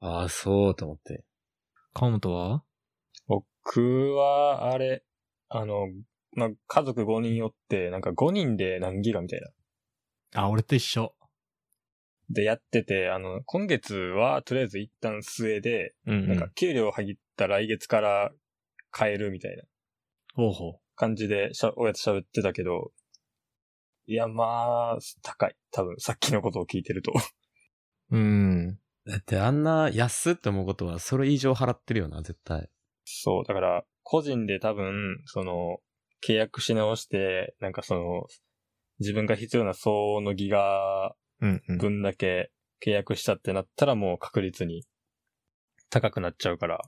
ああ、そうと思って。河本は僕は、あれ、あの、まあ、家族5人おって、なんか5人で何ギガみたいな。あ、俺と一緒。で、やってて、あの、今月はとりあえず一旦末で、うん、うなんか給料をはぎった来月から買えるみたいなほうほ感じでしゃ、親と喋ってたけど、いや、まあ、高い。多分、さっきのことを聞いてると。う。うん。だってあんな安って思うことはそれ以上払ってるよな、絶対。そう、だから、個人で多分、その、契約し直して、なんかその、自分が必要な相応のギガうん、うん。分だけ契約したってなったらもう確率に高くなっちゃうから。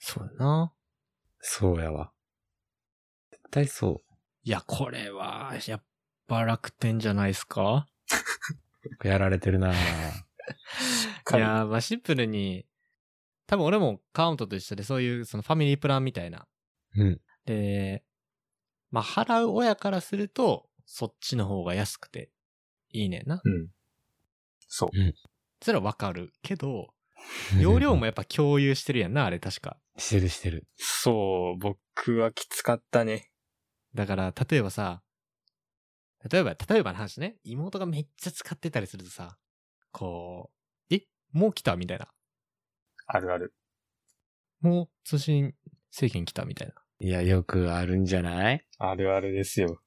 そうやな。そうやわ。絶対そいや、これは、やっぱ楽天じゃないですかう。やられてるなぁいやー、まあシンプルに、多分俺もカウントと一緒で、そういう、そのファミリープランみたいな。うん。で、まあ、払う親からすると、そっちの方が安くていいねんな。うん。そう。それはわかるけど、 <laughs> 容量もやっぱ共有してるやんな、あれ確か。 <laughs> してるしてる。そう、僕はきつかったね。だから、例えばさ、例えば、例えばの話ね、妹がめっちゃ使ってたりするとさ、こう、えもう来たみたいな。あるある。もう通信制限来たみたいな。いや、よくあるんじゃないあるあるですよ。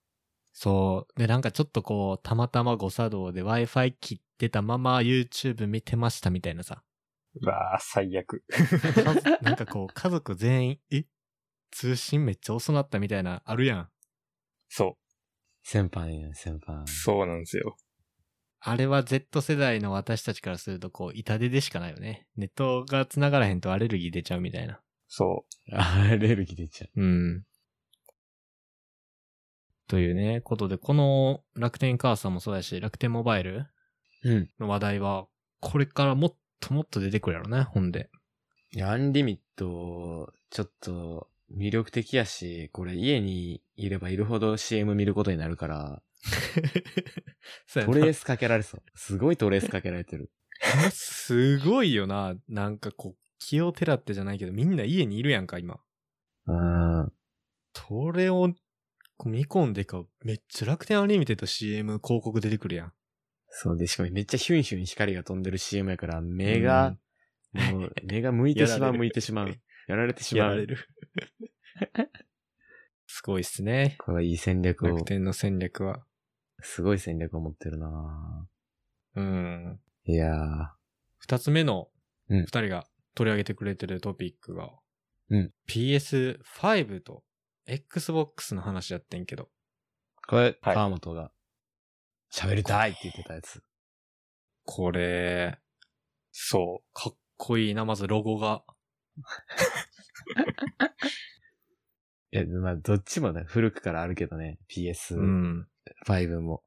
そう。で、なんかちょっとこう、たまたま誤作動で Wi-Fi 切ってたまま YouTube 見てましたみたいな <laughs> さ。うわあ、最悪。家族なんかこう、家族全員、え通信めっちゃ遅なったみたいな、あるやん。そ先輩やん、先輩う。。そうなんですよ。あれは Z 世代の私たちからすると、こう、痛手でしかないよね。ネットが繋がらへんとアレルギー出ちゃうみたいな。そアレルギー出ちゃう。うん。というね、ことで、この楽天カーサーもそうやし、楽天モバイルうん。の話題は、これからもっともっと出てくるやろね、本で。いや、アンリミット、ちょっと、魅力的やし、これ家にいればいるほど CM 見ることになる <laughs> から、そうやトなレースかけられそう。すごいトレースかけられてる。 <laughs> すごいよな。なんかこう、気をてらってじゃないけど、みんな家にいるやんか、今。うん。それをこう見込んでか、めっちゃ楽天アンリミテッド CM 広告出てくるやん。そうで、しかもめっちゃヒュンヒュン光が飛んでる CM やから、目が、もう、目が向いてしまやられう、る向いてしまう。 <laughs> やられてしやまられう。る。 <laughs> すごいっすね。これはいい戦略を楽、天の戦略は。すごい戦略を持ってるなうん。ぁいやー二つ目の、うん二人が取り上げてくれてるトピックが、うん。 PS5 と Xbox の話やってんけど、これ、はい川本が、喋りたいって言ってたやつ。これ、う。そかっこいいな、まずロゴが。いや、まあ、どっちもね、古くからあるけどね、PS。うん。 5も、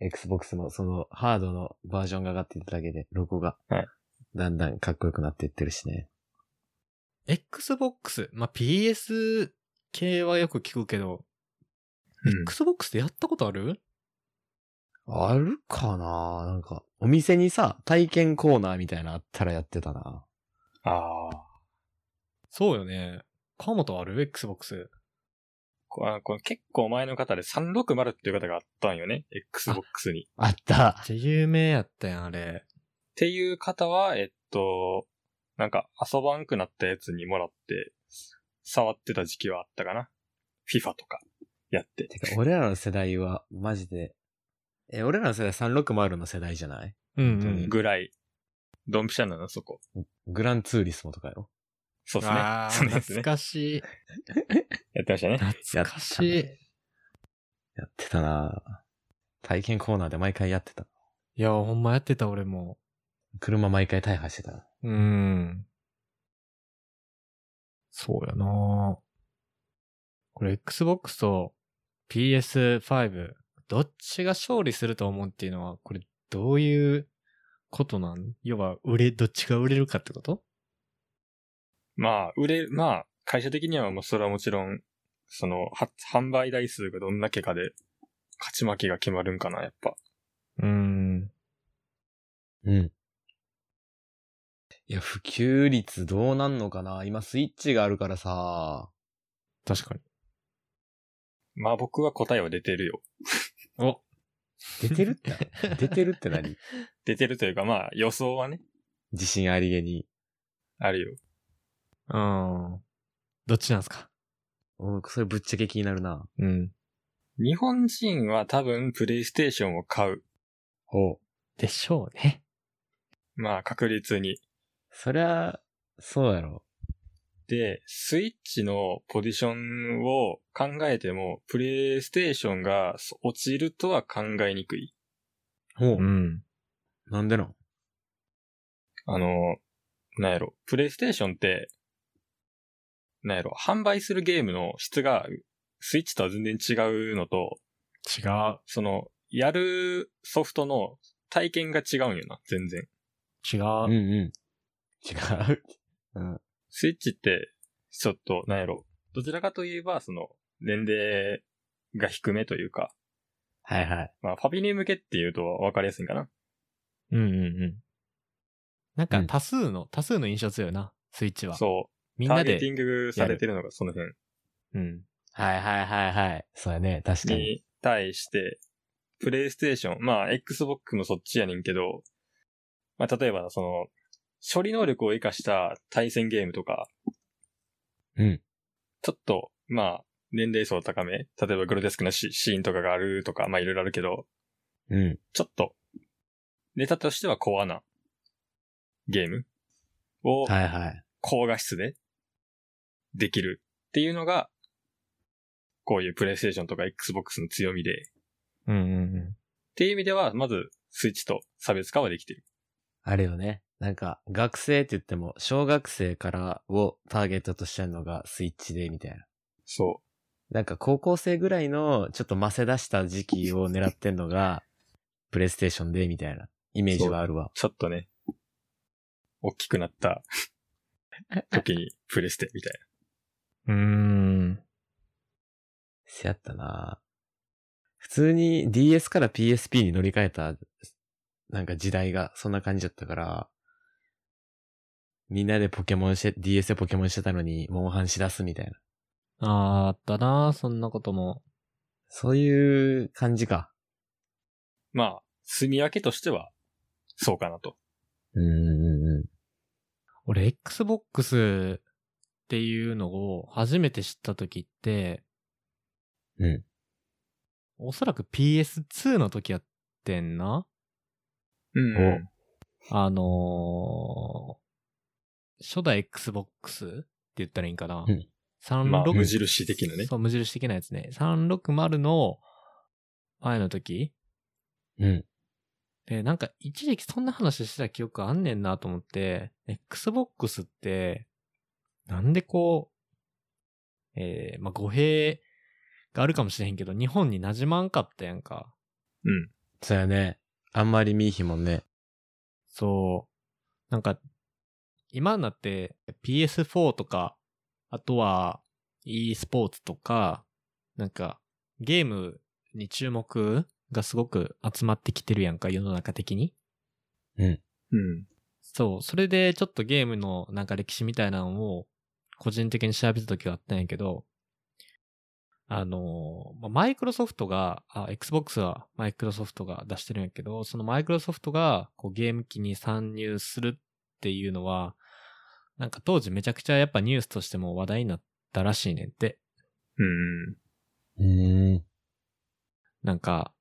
Xbox も、そのハードのバージョンが上がっていっただけで、ロゴがはい、だんだんかっこよくなっていってるしね。 Xbox、まあ、PS 系はよく聞くけど、う。うん。 Xbox でやったことあるあるかななんか、お店にさ、体験コーナーみたいなのあったらやってたな。ああ。そうよね。川本ある ?Xbox。こあこれ結構前の方で360っていう方があったんよね。Xbox に。っあっためっちゃ有名やったやん、あれ。ていう方は、えっと、なんか遊ばんくなったやつにもらって、触ってた時期はあったかな。FIFA とかやって。てか、俺らの世代は、マジで、え、俺らの世代360の世代じゃないうん、うんぐらい、ドンピシャなの、そこ。グランツーリスモとかよ。そうですね。あそうーですね懐。かしい。やってましたね。懐かしい。やってたな体験コーナーで毎回やってた。いや、ほんまやってた、俺も。車毎回大破してた。うん。そうやなこれ Xbox と PS5、どっちが勝利すると思うっていうのは、これどういうことなん要は、売れ、どっちが売れるかってことまあ、売れ、まあ、会社的にはもうそれはもちろんその、は販売台数がどんだけかで、勝ち負けが決まるんかな、やっぱ。うん。うん。いや、普及率どうなんのかな今スイッチがあるからさ。確かに。まあ僕は答えは出てるよ。お出てるって <laughs> な出てるって何出てるというか、まあ予想はね、自信ありげに。あるよ。うん。どっちなんすかおそれぶっちゃけ気になるな。うん。日本人は多分プレイステーションを買う。ほう。でしょうね。まあ確率に。そりゃ、そうやろ。で、スイッチのポジションを考えても、プレイステーションがそ落ちるとは考えにくい。ほん。なんでなんあの、なんやろ、プレイステーションって、なんやろ、販売するゲームの質が、スイッチとは全然違うのと、違う。その、やるソフトの体験が違うんよな、全然。違うんうう。ん。違う。うん。スイッチって、ちょっと、なんやろ、どちらかといえば、その、年齢が低めというか、はいはい。まあ、ファミリー向けっていうと分かりやすいんかな。うんうんうん。なんうかん多数の、多数の印象強いな、スイッチは。う。そみう。タんーなゲでテ。ィングされてるのがその辺うん。はいはいはいはい。そうやね、確かに。に対して、プレイステーション、まあ、Xbox もそっちやねんけど、まあ、例えば、その、処理能力を活かした対戦ゲームとか、うん。ちょっと、まあ、年齢層高め、例えばグロテスクなシシーンとかがあるとか、まあ、いろいろあるけど、うん。ちょっと、ネタとしてはコアなゲームをはいはい。高画質でできるっていうのが、こういうプレイステーションとか Xbox の強みで、っうんうんうん。ていう意味では、まずスイッチと差別化はできてる。あるよね。なんか、学生って言っても、小学生からをターゲットとしてるのがスイッチで、みたいな。そなんか、高校生ぐらいの、ちょっとませ出した時期を狙ってんのが、プレイステーションで、みたいな、イメージはあるわ。う。ちょっとね、大きくなった <laughs> 時にプレステみたいうーん。せやったな普通に DS から PSP に乗り換えた、なんか時代がそんな感じだったから、みんなでポケモンして、DS でポケモンしてたのに、モンハンしだすみたいな。あーあったな、そんなことも。そういう感じか。な。まあ、住み分けとしては、そうかなと。うんうんうん。俺、Xbox っていうのを初めて知った時って、うん。おそらく PS2 の時やってんなうんうんあのー、初代 Xbox って言ったらいいんかな、うん36まあ無印的なねそう、無印的なやつね。360の前の時うん。で、なんか一時期そんな話してた記憶あんねんなと思って、Xbox って、なんでこう、えー、まあ、語弊があるかもしれへんけど、日本に馴染まんかったやんか。うん。そうやね。あんまり見いひんもんね。そう。なんか、今になって PS4 とか、あとは e スポーツとか、なんか、ゲームに注目がすごく集まってきてるやんか、世の中的に。うん。そう、それでちょっとゲームのなんか歴史みたいなのを個人的に調べた時があったんやけど、あのー、まあマイクロソフトが、あ、Xbox はマイクロソフトが出してるんやけど、そのマイクロソフトがこうゲーム機に参入するっていうのは、なんか当時めちゃくちゃやっぱニュースとしても話題になったらしいねんって。うん。うん。なんか、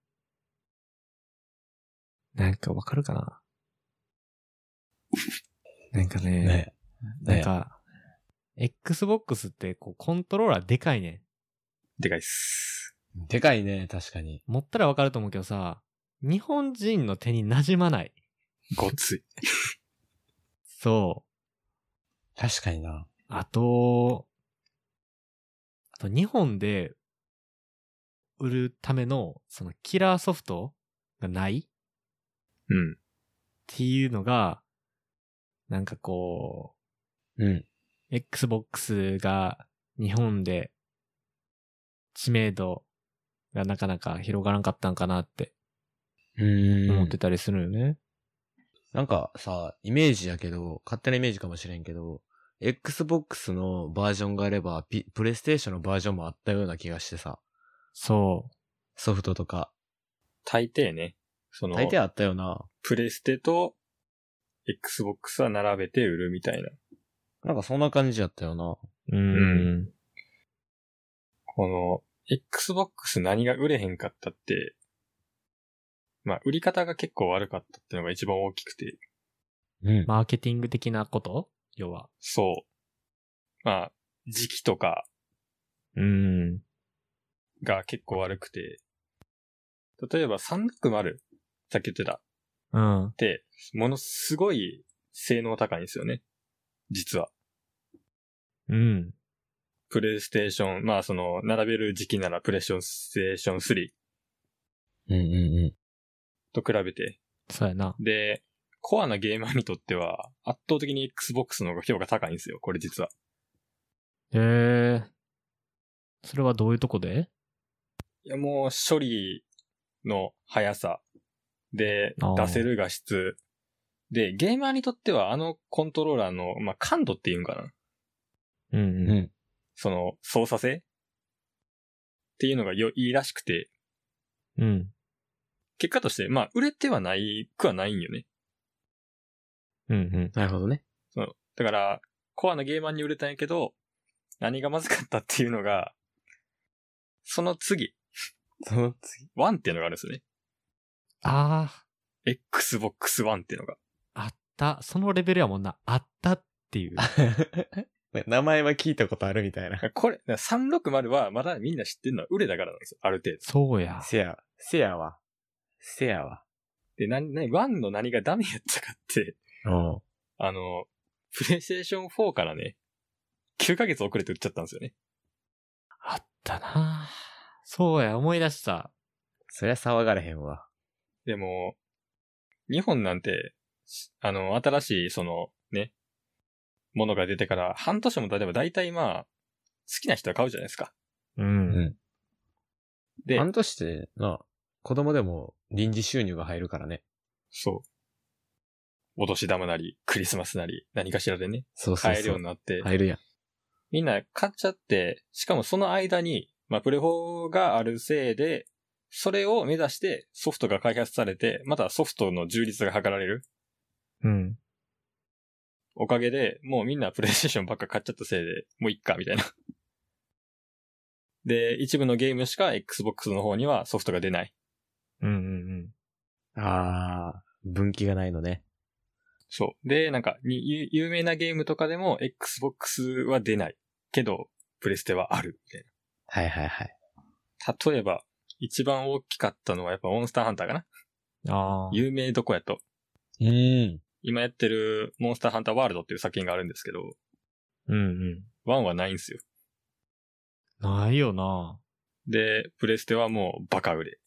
なんかわかるかな <laughs> なんかねねなんねか、Xbox ってこうコントローラーでかいねでかいっす。でかいね、確かに。ん。持ったらわかると思うけどさ、日本人の手に馴染まない。ごつい。そう。確かにな。あと、あと日本で売るためのそのキラーソフトがないうん。っていうのが、なんかこう、うん。 Xbox が日本で知名度がなかなか広がらんかったんかなってうん思ってたりするよね。なんかさ、イメージやけど、勝手なイメージかもしれんけど、Xbox のバージョンがあれば、ピプレイステーションのバージョンもあったような気がしてさ、そソフトとか、大抵ね、その、大抵あったよな。プレステと Xbox は並べて売るみたいな。なんかそんな感じやったよな。う。うん。この、Xbox 何が売れへんかったって、まあ、売り方が結構悪かったってのが一番大きくて、うん。マーケティング的なこと要は。そう。まあ、時期とかうん。が結構悪くて、例えば360、さっき言ってた、っうん。て、ものすごい性能高いんですよね。実は。うん。プレイステーション、まあその、並べる時期ならプレイステーション3うんうと比べて。そうやな。で、コアなゲーマーにとっては、圧倒的に Xbox の方が評価高いんですよ、これ実は。へえ。それはどういうとこでいやもう、処理の速さ、であ、ー出せる画質、で、ゲーマーにとっては、あのコントローラーの、まあ、感度っていうんかな。うんうんうん。うん。その、操作性っていうのがよ、いいらしくて、うん。うん。結果として、まあ、売れてはないくはないんよね。うんうん。なるほどね。だから、コアなゲーマーに売れたんやけど、何がまずかったっていうのが、その次、その次。 1っていうのがあるんですよね。ああ、 Xbox One っていうのが。あった。そのレベルやもんな。あったっていう。 <laughs> 名前は聞いたことあるみたいな。これ、360はまだみんな知ってるのは売れだからなんですよ、ある程度。そうや。せや、せやわ。せやわ。で、な、な、1の何がダメやったかって、うん。あの、プレイステーション4からね、9ヶ月遅れて売っちゃったんですよね。あったなそうや、思い出した。そりゃ騒がれへんわ。でも、日本なんて、しあの、新しい、その、ね、ものが出てから、半年も経てば大体まあ、好きな人は買うじゃないですか。ううんん。で、半年って、な、子供でも臨時収入が入るからね。そう。お年玉なり、クリスマスなり、何かしらでね、そうそうそう。買えるようになって、入るやん。みんな買っちゃって、しかもその間に、まあ、プレフォーがあるせいで、それを目指してソフトが開発されて、またソフトの充実が図られるうん。おかげで、もうみんなプレイステーションばっか買っちゃったせいで、もういっか、みたいな。で、一部のゲームしか Xbox の方にはソフトが出ない。うんうんああ、分岐がないのね。そう。で、なんか、にゆ有名なゲームとかでも Xbox は出ない。けど、プレステはある。みたいはいはいはい。な例えば、一番大きかったのはやっぱモンスターハンターかな。うん。ああ。有名どこやと。うん。今やってるモンスターハンターワールドっていう作品があるんですけど、うんうん。 1はないんですよ。ないよなで、プレステはもうバカ売れ。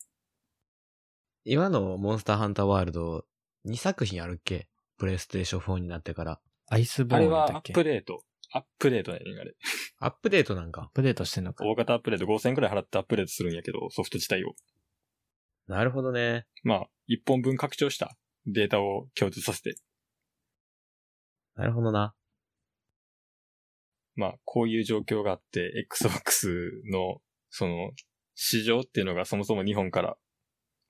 今のモンスターハンターワールド、2作品あるっけプレイステーション4になってから。アイスボあーれンだはったアっけップデート。アップデートやねんあれ。アップデートなんかアッ。プデートしてんのか。大型アップデート5000くらい払ってアップデートするんやけど、ソフト自体を。なるほどね。まあ、1本分拡張したデータを共通させて。なるほどな。まあ、こういう状況があって、Xbox の、その、市場っていうのがそもそも日本から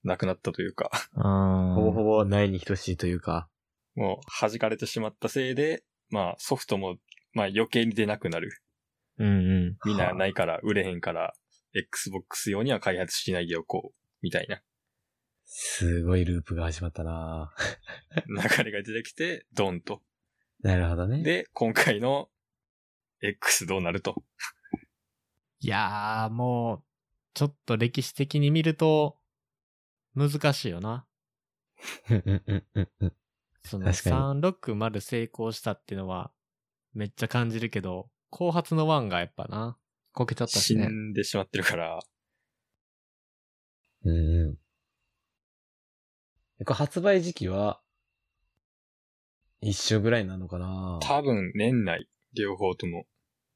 なくなったというか、うん。ほぼほぼないに等しいというか。もう弾かれてしまったせいで、まあ、ソフトも、まあ余計に出なくなる。うんうん。みんなはあないから、売れへんから、Xbox 用には開発しないでおこう、みたいなすごいループが始まったな。 <laughs> 流れが出てきて、ドンと。なるほどね。で、今回の X どうなると。いやー、もう、ちょっと歴史的に見ると、難しいよな。うんうんうんうんうん。その確かに360成功したっていうのは、めっちゃ感じるけど、後発の1がやっぱな、こけちゃった死しね。んでしまってるから、うんうん。これ発売時期は、一緒ぐらいなのかな多分年内、両方とも。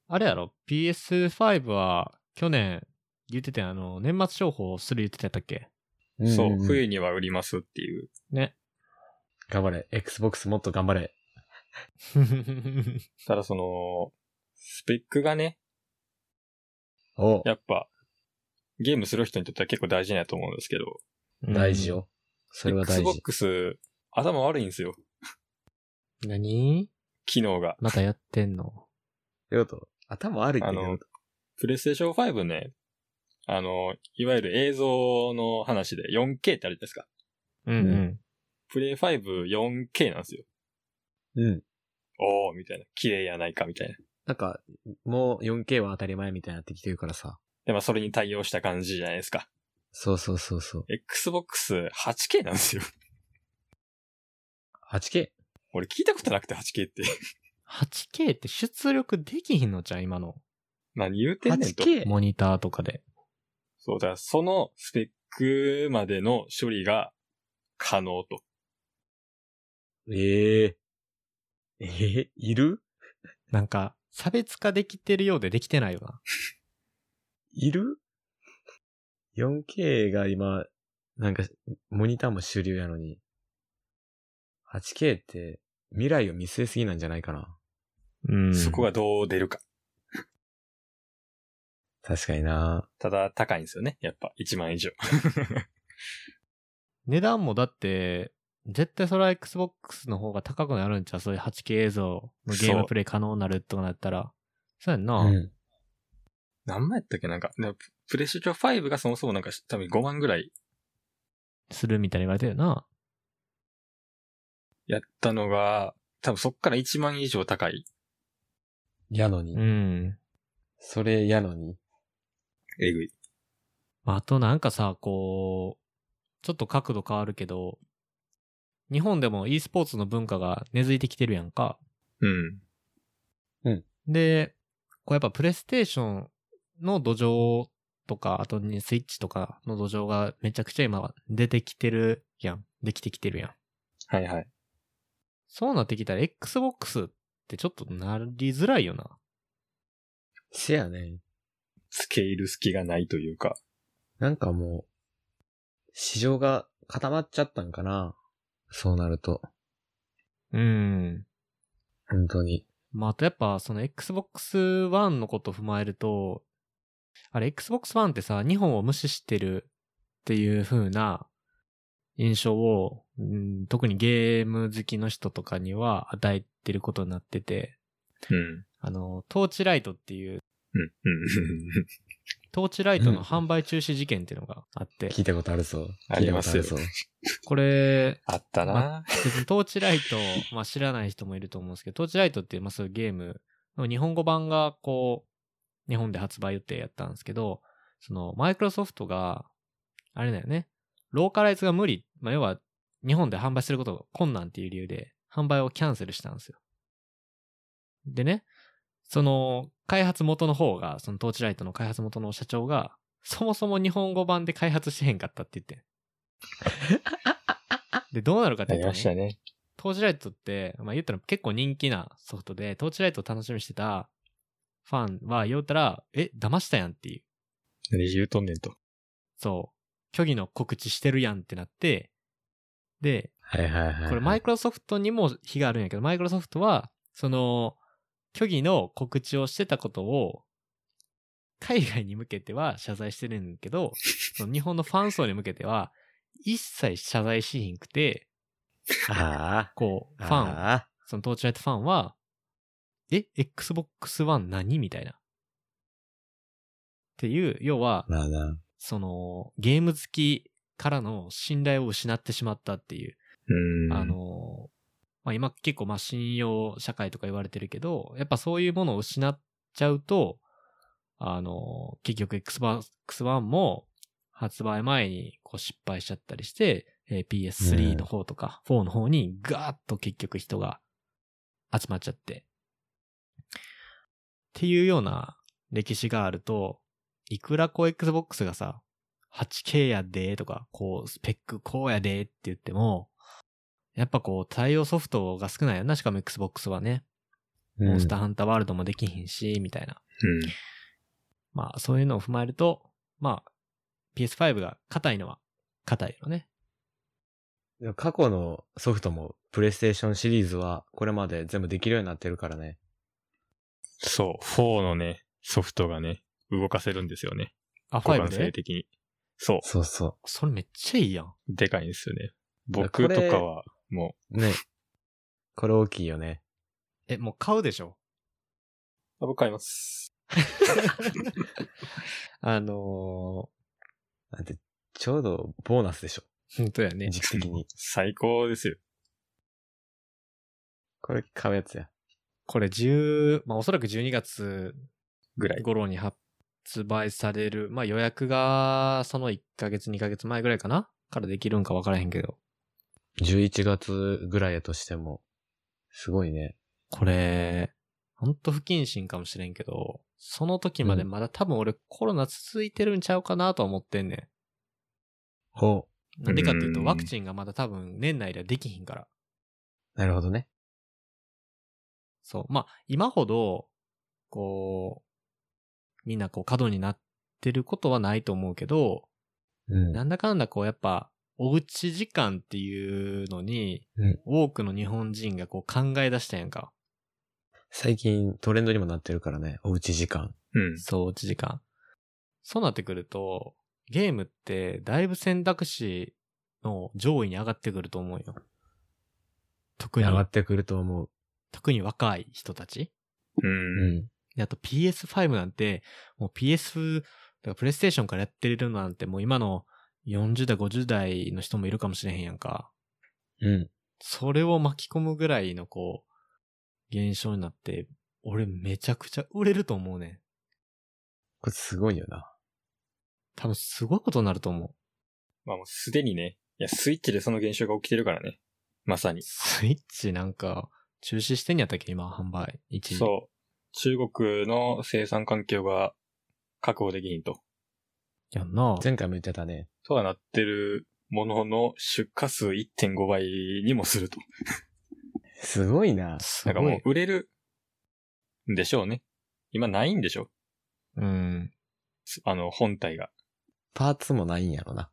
あれやろ ?PS5 は去年言ってたよあの、年末商法する言ってたやったっけそう、冬。冬には売りますっていう。ね。頑張れ。Xbox もっと頑張れ。ただその、スペックがね、おやっぱ、ゲームする人にとっては結構大事なんやと思うんですけど、大事。よ。それは大事。 Xbox、頭悪いんですよ、何機能が。またやってんのよと、頭悪いってあ言うのけど、プレイステーション5ね、あの、いわゆる映像の話で 4K ってあるじゃないですか。うんうプレイ 54K なんですよ。うん。おー、みたいな。綺麗やないか、みたいな。なんか、もう 4K は当たり前みたいになってきてるからさ。で、まあ、それに対応した感じじゃないですか。そうそうそうそう。 Xbox 8K なんですよ。 <laughs> 8K? 俺聞いたことなくて 8K って。 <laughs> 8K って出力できひんのじゃん今の。何言うてんねんと。 8K? モニターとかで。そう、だからそのスペックまでの処理が可能と。ええええいるなんか、差別化できてるようでできてないよな。いる ?4K が今、なんか、モニターも主流やのに、8K って未来を見据えすぎなんじゃないかな。うんそこがどう出るか。確かになただ高いんですよね。やっぱ1万以上。 <laughs> 値段もだって、絶対それは Xbox の方が高くなるんちゃうそういう 8K 映像のゲームプレイ可能になるとかなったら。そうやんな。うん。何万やったっけなんか、なプレイステーション5がそもそもなんか多分5万ぐらいするみたいに言われてるよな。やったのが、多分そっから1万以上高い。やのに。うん。それやのに。えぐい。まああとなんかさ、こう、ちょっと角度変わるけど、日本でも e スポーツの文化が根付いてきてるやんか。うん。で、こうやっぱプレイステーションの土壌とか、あとにスイッチとかの土壌がめちゃくちゃ今出てきてるやん。できてきてるやん。はいはい。そうなってきたら Xbox ってちょっとなりづらいよな。せやね。スケール隙がないというか。なんかもう、市場が固まっちゃったんかな。そうなると。うん。本当に。まあ、あとやっぱその Xbox One のことを踏まえると、あれ Xbox One ってさ、日本を無視してるっていう風な印象を、うん特にゲーム好きの人とかには与えてることになってて、うん。あの、トーチライトっていう、うん。 <laughs> うん。トーチライトうんの販売中止事件っていうのがあって、聞いたことあるぞ。ありますよ聞いたことあるぞこれ、あったな別にトーチライト、まあ知らない人もいると思うんですけど、トーチライトって、まあそういうゲームの日本語版がこう、日本で発売予定やったんですけど、そのマイクロソフトが、あれだよね、ローカライズが無理、まあ要は日本で販売することが困難っていう理由で、販売をキャンセルしたんですよ。でね、その開発元の方が、そのトーチライトの開発元の社長が、そもそも日本語版で開発してへんかったって <laughs> 言って。で、どうなるかってやいりうと、まねし、たね。トーチライトって、まあ言ったら結構人気なソフトで、トーチライトを楽しみにしてたファンは言うたら、え、騙したやんっていう。何言うとんねんと。そう。虚偽の告知してるやんってなって、で、はいはいはい。これマイクロソフトにも非があるんやけど、マイクロソフトは、その、虚偽の告知をしてたことを、海外に向けては謝罪してるんやけど、その日本のファン層に向けては、一切謝罪しひんくて、あこう、あ。ファンをああ。そのトーチライトファンは、え、Xbox One 何みたいな。っていう、要は、まあな。その、ゲーム好きからの信頼を失ってしまったっていう。うん。あの、まあ、今結構まあ信用社会とか言われてるけど、やっぱそういうものを失っちゃうと、あの、結局 Xbox One も発売前にこう失敗しちゃったりして、えーう PS3 んの方とか4の方にガーッと結局人が集まっちゃって。っていうような歴史があると、いくらこう Xbox がさ、8K やでーとか、こう、スペックこうやでーって言っても、やっぱこう、対応ソフトが少ないやんな。しかも Xbox はね、モンスターハンターワールドもできひんし、みたいな。うん。まあ、そういうのを踏まえると、まあ、PS5 が硬いのは硬いよね。でも過去のソフトも、プレイステーションシリーズは、これまで全部できるようになってるからね。そう、4のね、ソフトがね、動かせるんですよね。あ、互5換性で的に。そそうそそれめっちゃいいやん。う、でかいんですよね。や僕ことれかは、もう。ね。これ大きいよね。え、もう買うでしょう。僕買います。あのなんて、ちょうどボーナスでしょ。ー、本当やね。時期的に。最高ですよ。 <laughs> これ買うやつや。これ10、まあおそらく12月ぐらい。頃に発売される、まあ予約がその1ヶ月2ヶ月前ぐらいかなからできるんかわからへんけど。 11月ぐらいやとしても、すごいね。これ、ほんと不謹慎かもしれんけど、その時までまだ多分俺コロナ続いてるんちゃうかなとは思ってんねほん。なんでかっていううとんワクチンがまだ多分年内ではできひんから。う。なるほどね。そう。まあ、今ほど、こう、みんなこう過度になってることはないと思うけど、うん。なんだかんだこうやっぱ、おうち時間っていうのに、うん多くの日本人がこう考え出したやんか。最近トレンドにもなってるからね。おうち時間。うん。そう、おうち時間。そうなってくると、ゲームってだいぶ選択肢の上位に上がってくると思うよ。特上に、がってくると思う。特に若い人たち。うん。ん。で、あと PS5 なんて、もう PS、だからプレイステーションからやってるのなんてもう今の40代、50代の人もいるかもしれへんやんか。うん。それを巻き込むぐらいのこう、現象になって、俺めちゃくちゃ売れると思うねん。これすごいよな。多分すごいことになると思まあもうすでにね、いや、スイッチでその現象が起きてるからね。まさにう。。スイッチなんか、中止してんやったっけ今、販売。一時。そう。中国の生産環境が確保できひんと。やんな。前回も言ってたね。とはなってるものの出荷数1.5倍にもすると。すごいな。すなんかごも。いう売れるんでしょうね。今ないんでしょうん。あの、本体が。パーツもないんやろな。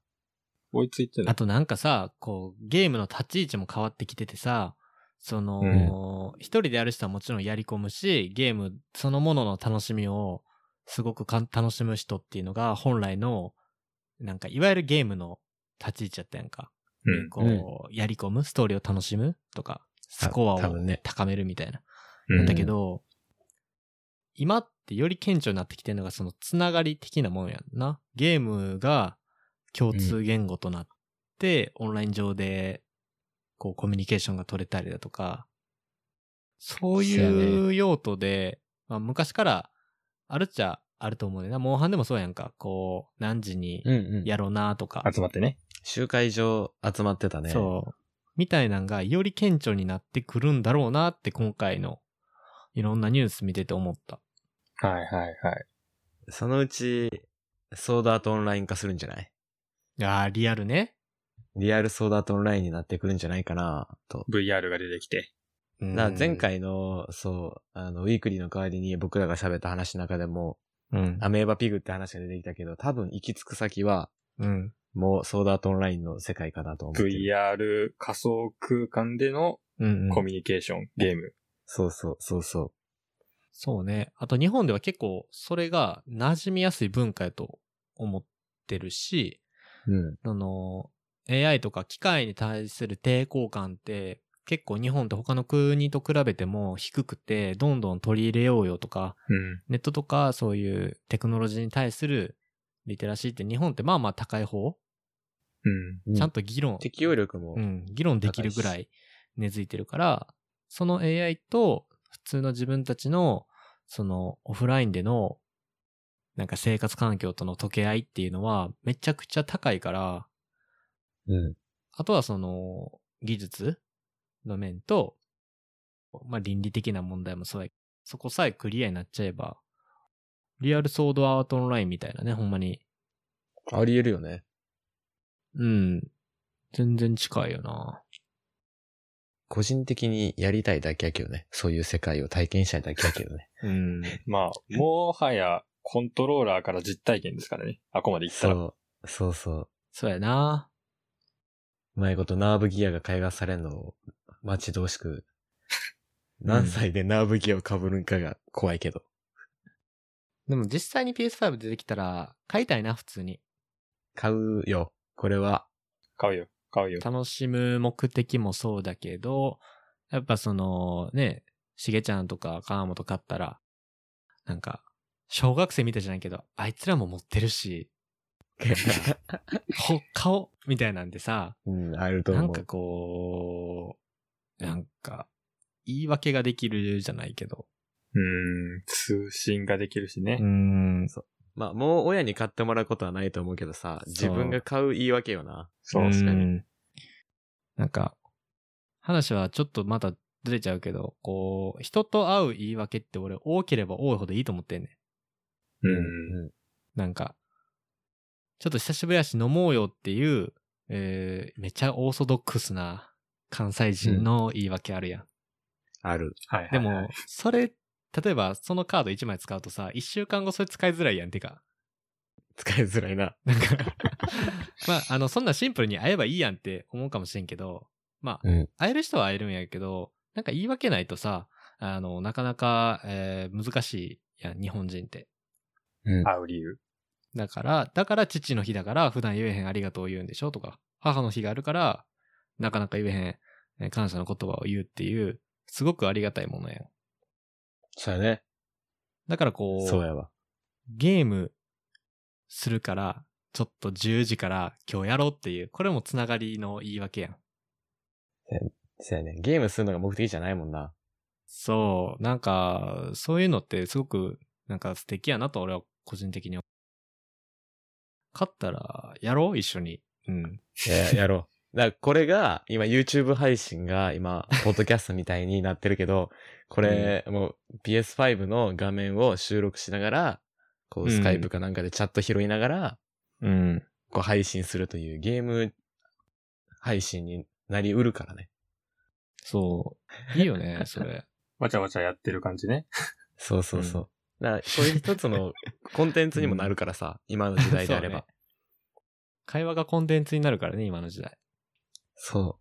追いついてなあい。となんかさ、こう、ゲームの立ち位置も変わってきててさ、その、一、人でやる人はもちろんやり込むし、ゲームそのものの楽しみをすごくかん楽しむ人っていうのが本来の、なんかいわゆるゲームの立ち位置やったやんか。うでん。こう、やり込む、ストーリーを楽しむとか、スコアた多を分ね。高めるみたいな。うんだけど、今ってより顕著になってきてるのがそのつながり的なもんやんな。ゲームが共通言語となって、オンライン上でこうコミュニケーションが取れたりだとか、そうそうやいう用途で、まあ、昔からあるっちゃあると思うねんな。モンハンでもそうやんか。こう、何時にうんうん。やろうなとか。集まってね。集会場集まってたね。そう。みたいなんがより顕著になってくるんだろうなって今回のいろんなニュース見てて思った。はいはいはい。そのうち、ソードアートオンライン化するんじゃないああ、リアルね。リアルソードアートオンラインになってくるんじゃないかな、と。 VR が出てきて。うんだから前。回の、そう、あの、ウィークリーの代わりに僕らが喋った話の中でも、うん。アメーバピグって話が出てきたけど、多分行き着く先は、うん。もうソードアートオンラインの世界かなと思ってる。 VR 仮想空間でのうん、コミュニケーション、ゲーム。そうそう、そうそそうね。あと日本では結構それが馴染みやすい文化やと思ってるし、う。うん。あの、AI とか機械に対する抵抗感って結構日本って他の国と比べても低くて、どんどん取り入れようよとか、うん。ネットとかそういうテクノロジーに対するリテラシーって日本ってまあまあ高い方、うん。うちゃんと議論、適応力も、うん、議論できるぐらい根付いてるから、その AI と普通の自分たちのそのオフラインでのなんか生活環境との溶け合いっていうのはめちゃくちゃ高いから、うん。あとはその技術の面と、まあ倫理的な問題もそうやそこさえクリアになっちゃえば、リアルソードアートオンラインみたいなね、ほんまに。あり得るよね。うん。全然近いよな。個人的にやりたいだけやけどね。そういう世界を体験したいだけやけどね。うん。まあ、もはやコントローラーから実体験ですからね。あここまで行ったら。 <laughs> そう、そうそう。そうやな。うまいことナーブギアが開発されるのを待ち遠し <laughs> く、何歳でナーブギアを被るんかが怖いけど。でも実際に PS5 出てきたら、買いたいな、普通に。買うよ。これ <laughs> は。買うよ。買うよ。楽しむ目的もそうだけど、やっぱその、ね、しげちゃんとか川本買ったら、なんか、小学生みたいじゃないけど、あいつらも持ってるし、 <laughs> ほ、顔みたいなんでさ、うん、あるとな思んうか。こう、なんか、言い訳ができるじゃないけど。うーん、通信ができるしね。ん。まあ、もう親に買ってもらうことはないと思うけどさ、自分が買う言い訳よな。そう確かにうんなんか、話はちょっとまたずれちゃうけど、こう、人と会う言い訳って俺多ければ多いほどいいと思ってんねう。うんん。ん。なんか、ちょっと久しぶりやし飲もうよっていう、えーめちゃオーソドックスな関西人の言い訳あるやん。ある。はいはいはい。でも、それ、例えばそのカード1枚使うとさ、1週間後それ使いづらいやん。てか、使いづらいな。なんか、 <laughs> まあ、あの、そんなシンプルに会えばいいやんって思うかもしれんけど、まあ、うん会える人は会えるんやけど、なんか言い訳ないとさ、あの、なかなか、えー難しいやん、日本人って。うん。会う理由。だから、だから父の日だから普段言えへんありがとう言うんでしょとか、母の日があるから、なかなか言えへんえー感謝の言葉を言うっていう、すごくありがたいものやん。そうやね。だからこう、そうやわ。ゲームするから、ちょっと10時から今日やろうっていう、これもつながりの言い訳やん。そうやね。ゲームするのが目的じゃないもんな。そう、なんか、そういうのってすごく、なんか素敵やなと俺は個人的に。勝ったら、やろう一緒に。うん。や、 <laughs> やろう。だからこれが、今 YouTube 配信が今、ポッドキャストみたいになってるけど、これ、もう PS5 の画面を収録しながら、こうう、んスカイプかなんかでチャット拾いながら、うん。こう配信するというゲーム配信になりうるからね。そう。いいよね、そ <laughs> れ。わちゃわちゃやってる感じね。そうそうそう。だから、これ一つのコンテンツにもなるからさ、今の時代で <laughs> あれば。会話がコンテンツになるからね、今の時代。そ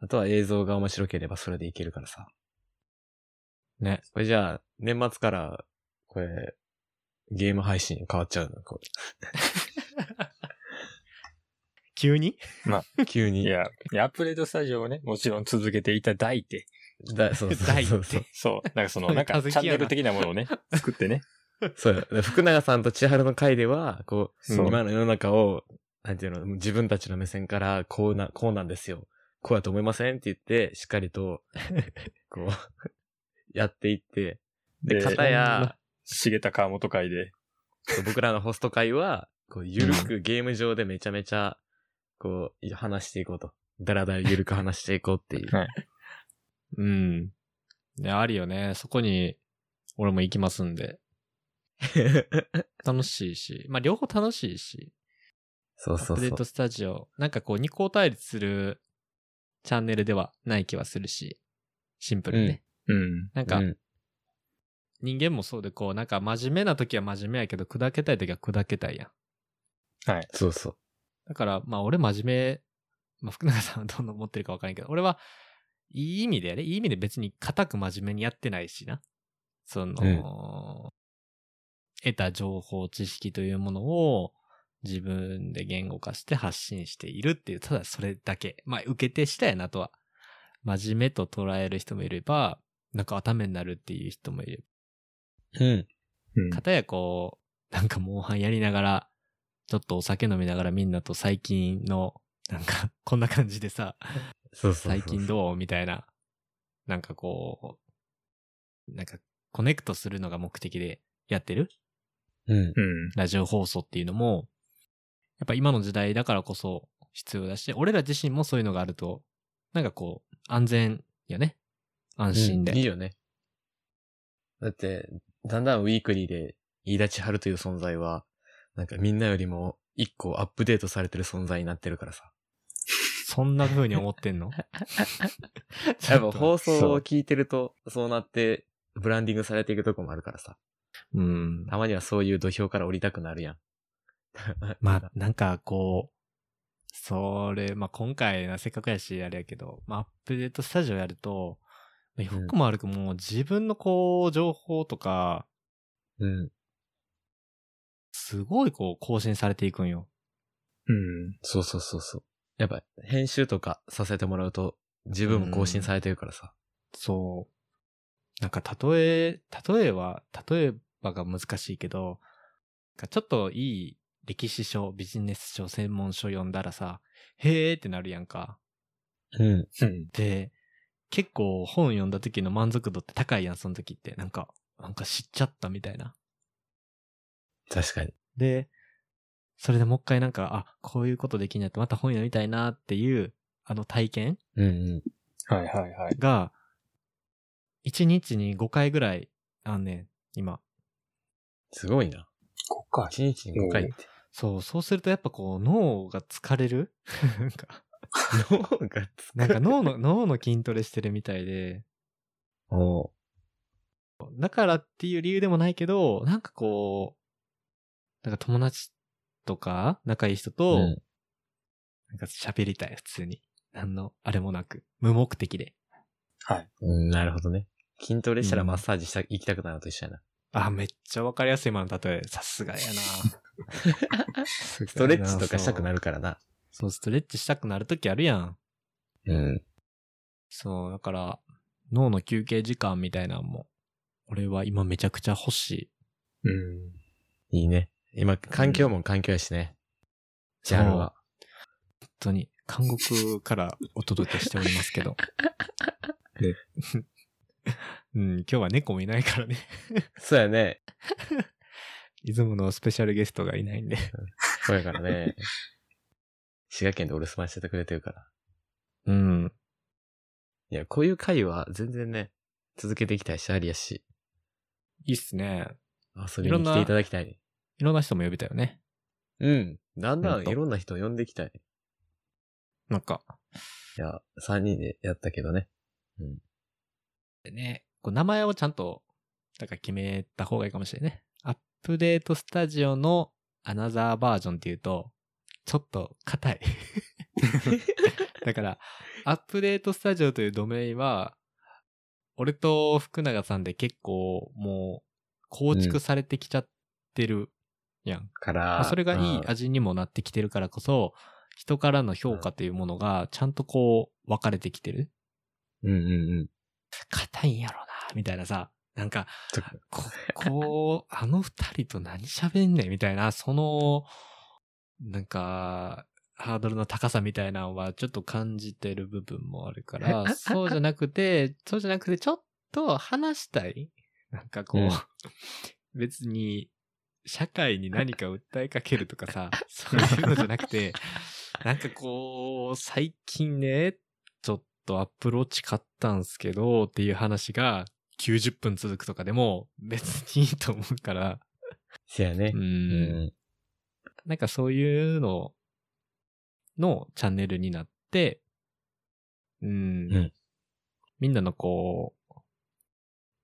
う。あとは映像が面白ければそれでいけるからさ。ね。これじゃあ、年末から、これ、ゲーム配信変わっちゃうのこ急に <laughs> れ急いに。や、いやアップデートスタジオをね、もちろん続けていただいて、だそうそうそう <laughs> そう。そう、なんかその、なんか <laughs> 小豆チやなャンネル的なものをね、作ってね。そうや福永さんと千春の会では、こう、そう今の世の中を、なんていうの、自分たちの目線から、こうな、こうなんですよ。こうやと思いませんって言って、しっかりと、こ <laughs> う、やっていって、で、で <laughs> 片や、茂田川本会で。僕らのホスト会は、こう、ゆるくゲーム上でめちゃめちゃ、こう、話していこうと。だらだらゆるく話していこうっていう。うん。ね、あるよね。そこに、俺も行きますんで。 <laughs> 楽しいし。まあ、両方楽しいし。そうそアうそップデうート。スタジオ。なんかこう、二項対立するチャンネルではない気はするし、シンプルにね。うん。なんかう、ん人間もそうで、こう、なんか真面目な時は真面目やけど、砕けたい時は砕けたいやん。はい。そうそう。だから、まあ、俺真面目、まあ、福永さんはどんどん持ってるかわからんけど、俺は、いい意味でやれ。いい意味で別に固く真面目にやってないしな。その、得た情報、知識というものを自分で言語化して発信しているっていう、ただそれだけ。まあ、受け手したやなとは。真面目と捉える人もいれば、なんか頭になるっていう人もいればうん。うんかたやこう、なんかモンハンやりながら、ちょっとお酒飲みながらみんなと最近の、なんか、 <laughs> こんな感じでさ、そうそうそうそう。最近どうみたいな、なんかこう、なんかコネクトするのが目的でやってるうん。うん。ラジオ放送っていうのも、やっぱ今の時代だからこそ必要だし、俺ら自身もそういうのがあると、なんかこう、安全よね。安心で。うんいいよね。だって、だんだんウィークリーで、飯田千春という存在は、なんかみんなよりも一個アップデートされてる存在になってるから <laughs> さ。そんな風に思って <laughs> んのやっぱ放送を聞いてると、そうなって、ブランディングされていくとこもあるからさ。うん。たまにはそういう土俵から降りたくなるや <laughs> ん。まあ、なんかこう、それ、まあ今回な、せっかくやし、あれやけど、まあアップデートスタジオやると、まあ良くも悪くも自分のこう、情報とか、うん。すごいこう、更新されていくんよ。うん。そうそうそうそう。やっぱ、編集とかさせてもらうと、自分も更新されてるからさ。そう。なんか、例え、例えは、例えばが難しいけど、なんかちょっといい歴史書、ビジネス書、専門書読んだらさ、へーってなるやんか。うん。うん。で、結構本読んだ時の満足度って高いやん、その時って。なんか、なんか知っちゃったみたいな。確かに。で、それでもう一回なんか、あ、こういうことできんやって、また本読みたいなっていう、あの体験うんうん。はいはいはい。が、1日に5回ぐらい、あんねん、今。すごいな。こっか。 1日に5回って。そう、そうするとやっぱこう、脳が疲れる <laughs> なんか、脳がつなんか脳の、脳の筋トレしてるみたいで、おだからっていう理由でもないけど、なんかこう、なんか友達とか、仲いい人と、うんなんか喋りたい、普通に。何の、あれもなく、無目的で。はい。うん、なるほどね。筋トレしたらマッサージした、行きたくなるのと一緒やな。あ、めっちゃわかりやすい今の例え。さすがや <laughs> な。スストレッチとかしたくなるからな。そう。そう、ストレッチしたくなるときあるやん。うん。そう、だから、脳の休憩時間みたいなのも、俺は今めちゃくちゃ欲しい。うん。いいね。今、環境も環境やしね。ジャンルは。本当に、韓国からお届けしておりますけ <laughs> ど。ね <laughs> うん、今日は猫もいないからね。そうやね。イズムのスペシャルゲストがいないんで。そうやからね。滋賀県でお留守番しててくれてるから。うん。いや、こういう会は全然ね、続けていきたいし、ありやし、いいっすね。遊びに来ていただきたい。いろんな人も呼びたよね。うん。だんだほんんといろんな人を呼んでいきたい。なんか、いや、3人でやったけどね。でね、こう名前をちゃんと、だから決めた方がいいかもしれないね。アップデートスタジオのアナザーバージョンっていうと、ちょっと硬 <laughs> い。だから、アップデートスタジオというドメインは、俺と福永さんで結構もう構築されてきちゃってるやん。から、まあそれがいいうん味にもなってきてるからこそ、人からの評価というものがちゃんとこう分かれてきてる。うんうんうん。硬いんやろな、みたいなさ。なんか、ちょこ、こう、 <laughs> あの二人と何喋んねんみたいな、その、なんか、ハードルの高さみたいなのはちょっと感じてる部分もあるから、そうじゃなくて、そうじゃなくて、ちょっと話したいなんかこう、うん別に、社会に何か訴えかけるとかさ、そういうのじゃなくて、なんかこう、最近ね、ちょっとアップローチ買ったんすけど、っていう話が90分続くとかでも別にいいと思うから、せやねう。。うんん。なんかそういうののチャンネルになって、うん。うんみんなのこう、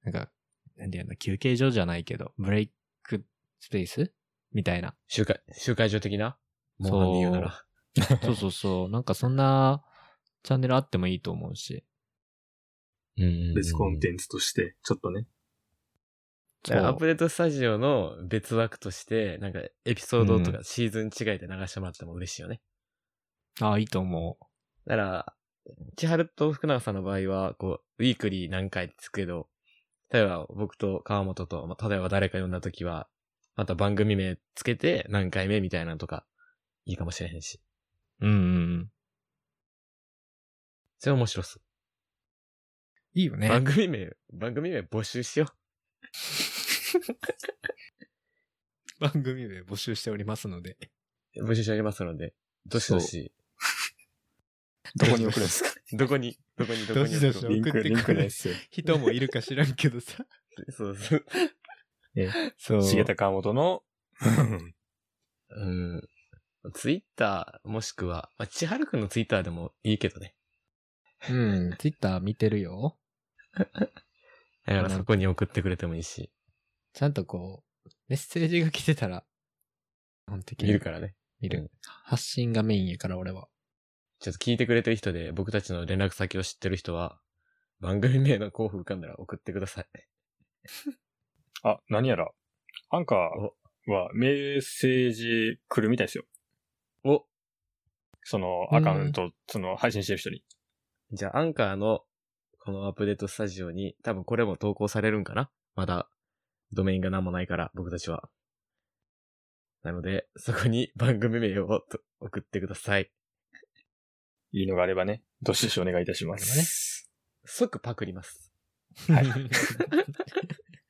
なんか、なんていうの、休憩所じゃないけど、ブレイクスペースみたい <laughs> な。集会、集会所的なそうもうなんで言うなら。そうそうそう。なんかそんなチャンネルあってもいいと思うし。うんうんうん別コンテンツとして、ちょっとね。だからアップそうデートスタジオの別枠として、なんかエピソードとかシーズン違いで流してもらっても嬉しいよね。ああ、いいと思う。だから、千春と福永さんの場合は、こう、ウィークリー何回ってつくけど、例えば僕と川本と、まあ、例えば誰か呼んだ時は、また番組名つけて何回目みたいなのとか、いいかもしれへんし。うんうんうん。それ面白そう。いいよ番。組名、番組名募集しよ番組で募集しておりますので。う。募集してあげますので、どしどし、どこに送るんです <laughs> かどこに、どこに、どこどにしど送しろう送ってくれるすよ。 <laughs> 人もいるか知らんけどさ。そうそう。そう。重田川本の、うん。ツイッターもしくは、まあ、千春くんのツイッターでもいいけどね。うん、ツイッター見てるよ。だからそこに送ってくれてもいいし。ちゃんとこう、メッセージが来てたら、基本的に見るからね。見るうん発信がメインやから、俺は。ちょっと聞いてくれてる人で、僕たちの連絡先を知ってる人は、番組名の候補浮かんだら送ってください。 <laughs> あ、何やら。アンカーはメッセージ来るみたいですよ。おそのアカウント、その配信してる人に。じゃあ、アンカーの、このアップデートスタジオに、多分これも投稿されるんかなまだ、ドメインが何もないから、僕たちは。なので、そこに <laughs> 番組名をと送ってください。いいのがあればね、どしどしお願いいたします。即パクります。はいい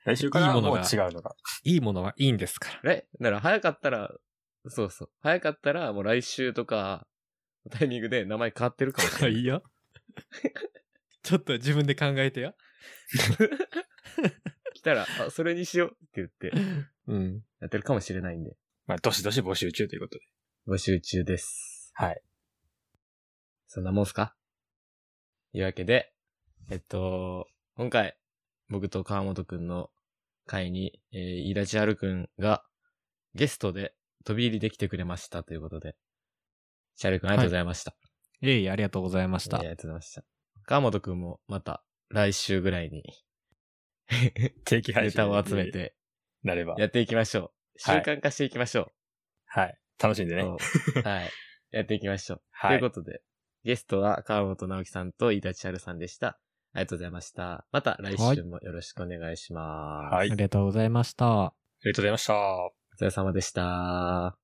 来週からいいはものもうが違うのが。 <laughs> いものはいいんですから。えなら早かったら、そうそう。早かったら、もう来週とか、タイミングで名前変わってるかもしれ <laughs> <laughs> ない。いや。ちょっと自分で考えてや。来たら、あ、それにしようって言って、うん。やってるかもしれないんで、まあ、どしどし募集中ということで。募集中です。はい。そんなもんすかというわけで、えっと、今回、僕と川本くんの会に、えー、イラジアルくんがゲストで飛び入りできてくれましたということで、シャルくんありがとうございました。いえいえ、ありがとうございましいたやあり。がとうございました。川本くんもまた来週ぐらいに定期配ネ信タにを集めてなれば。やっていきましょう。習はい慣化していきましょはい。楽しんでう。ね。そうはい。やっていきましょう。はといい。うことで、ゲストは川本直樹さんと飯田千春さんでした。ありがとうございました。また来週もよろしくお願いします。はい。あありりががとうございました。とうございました。お疲れ様でした。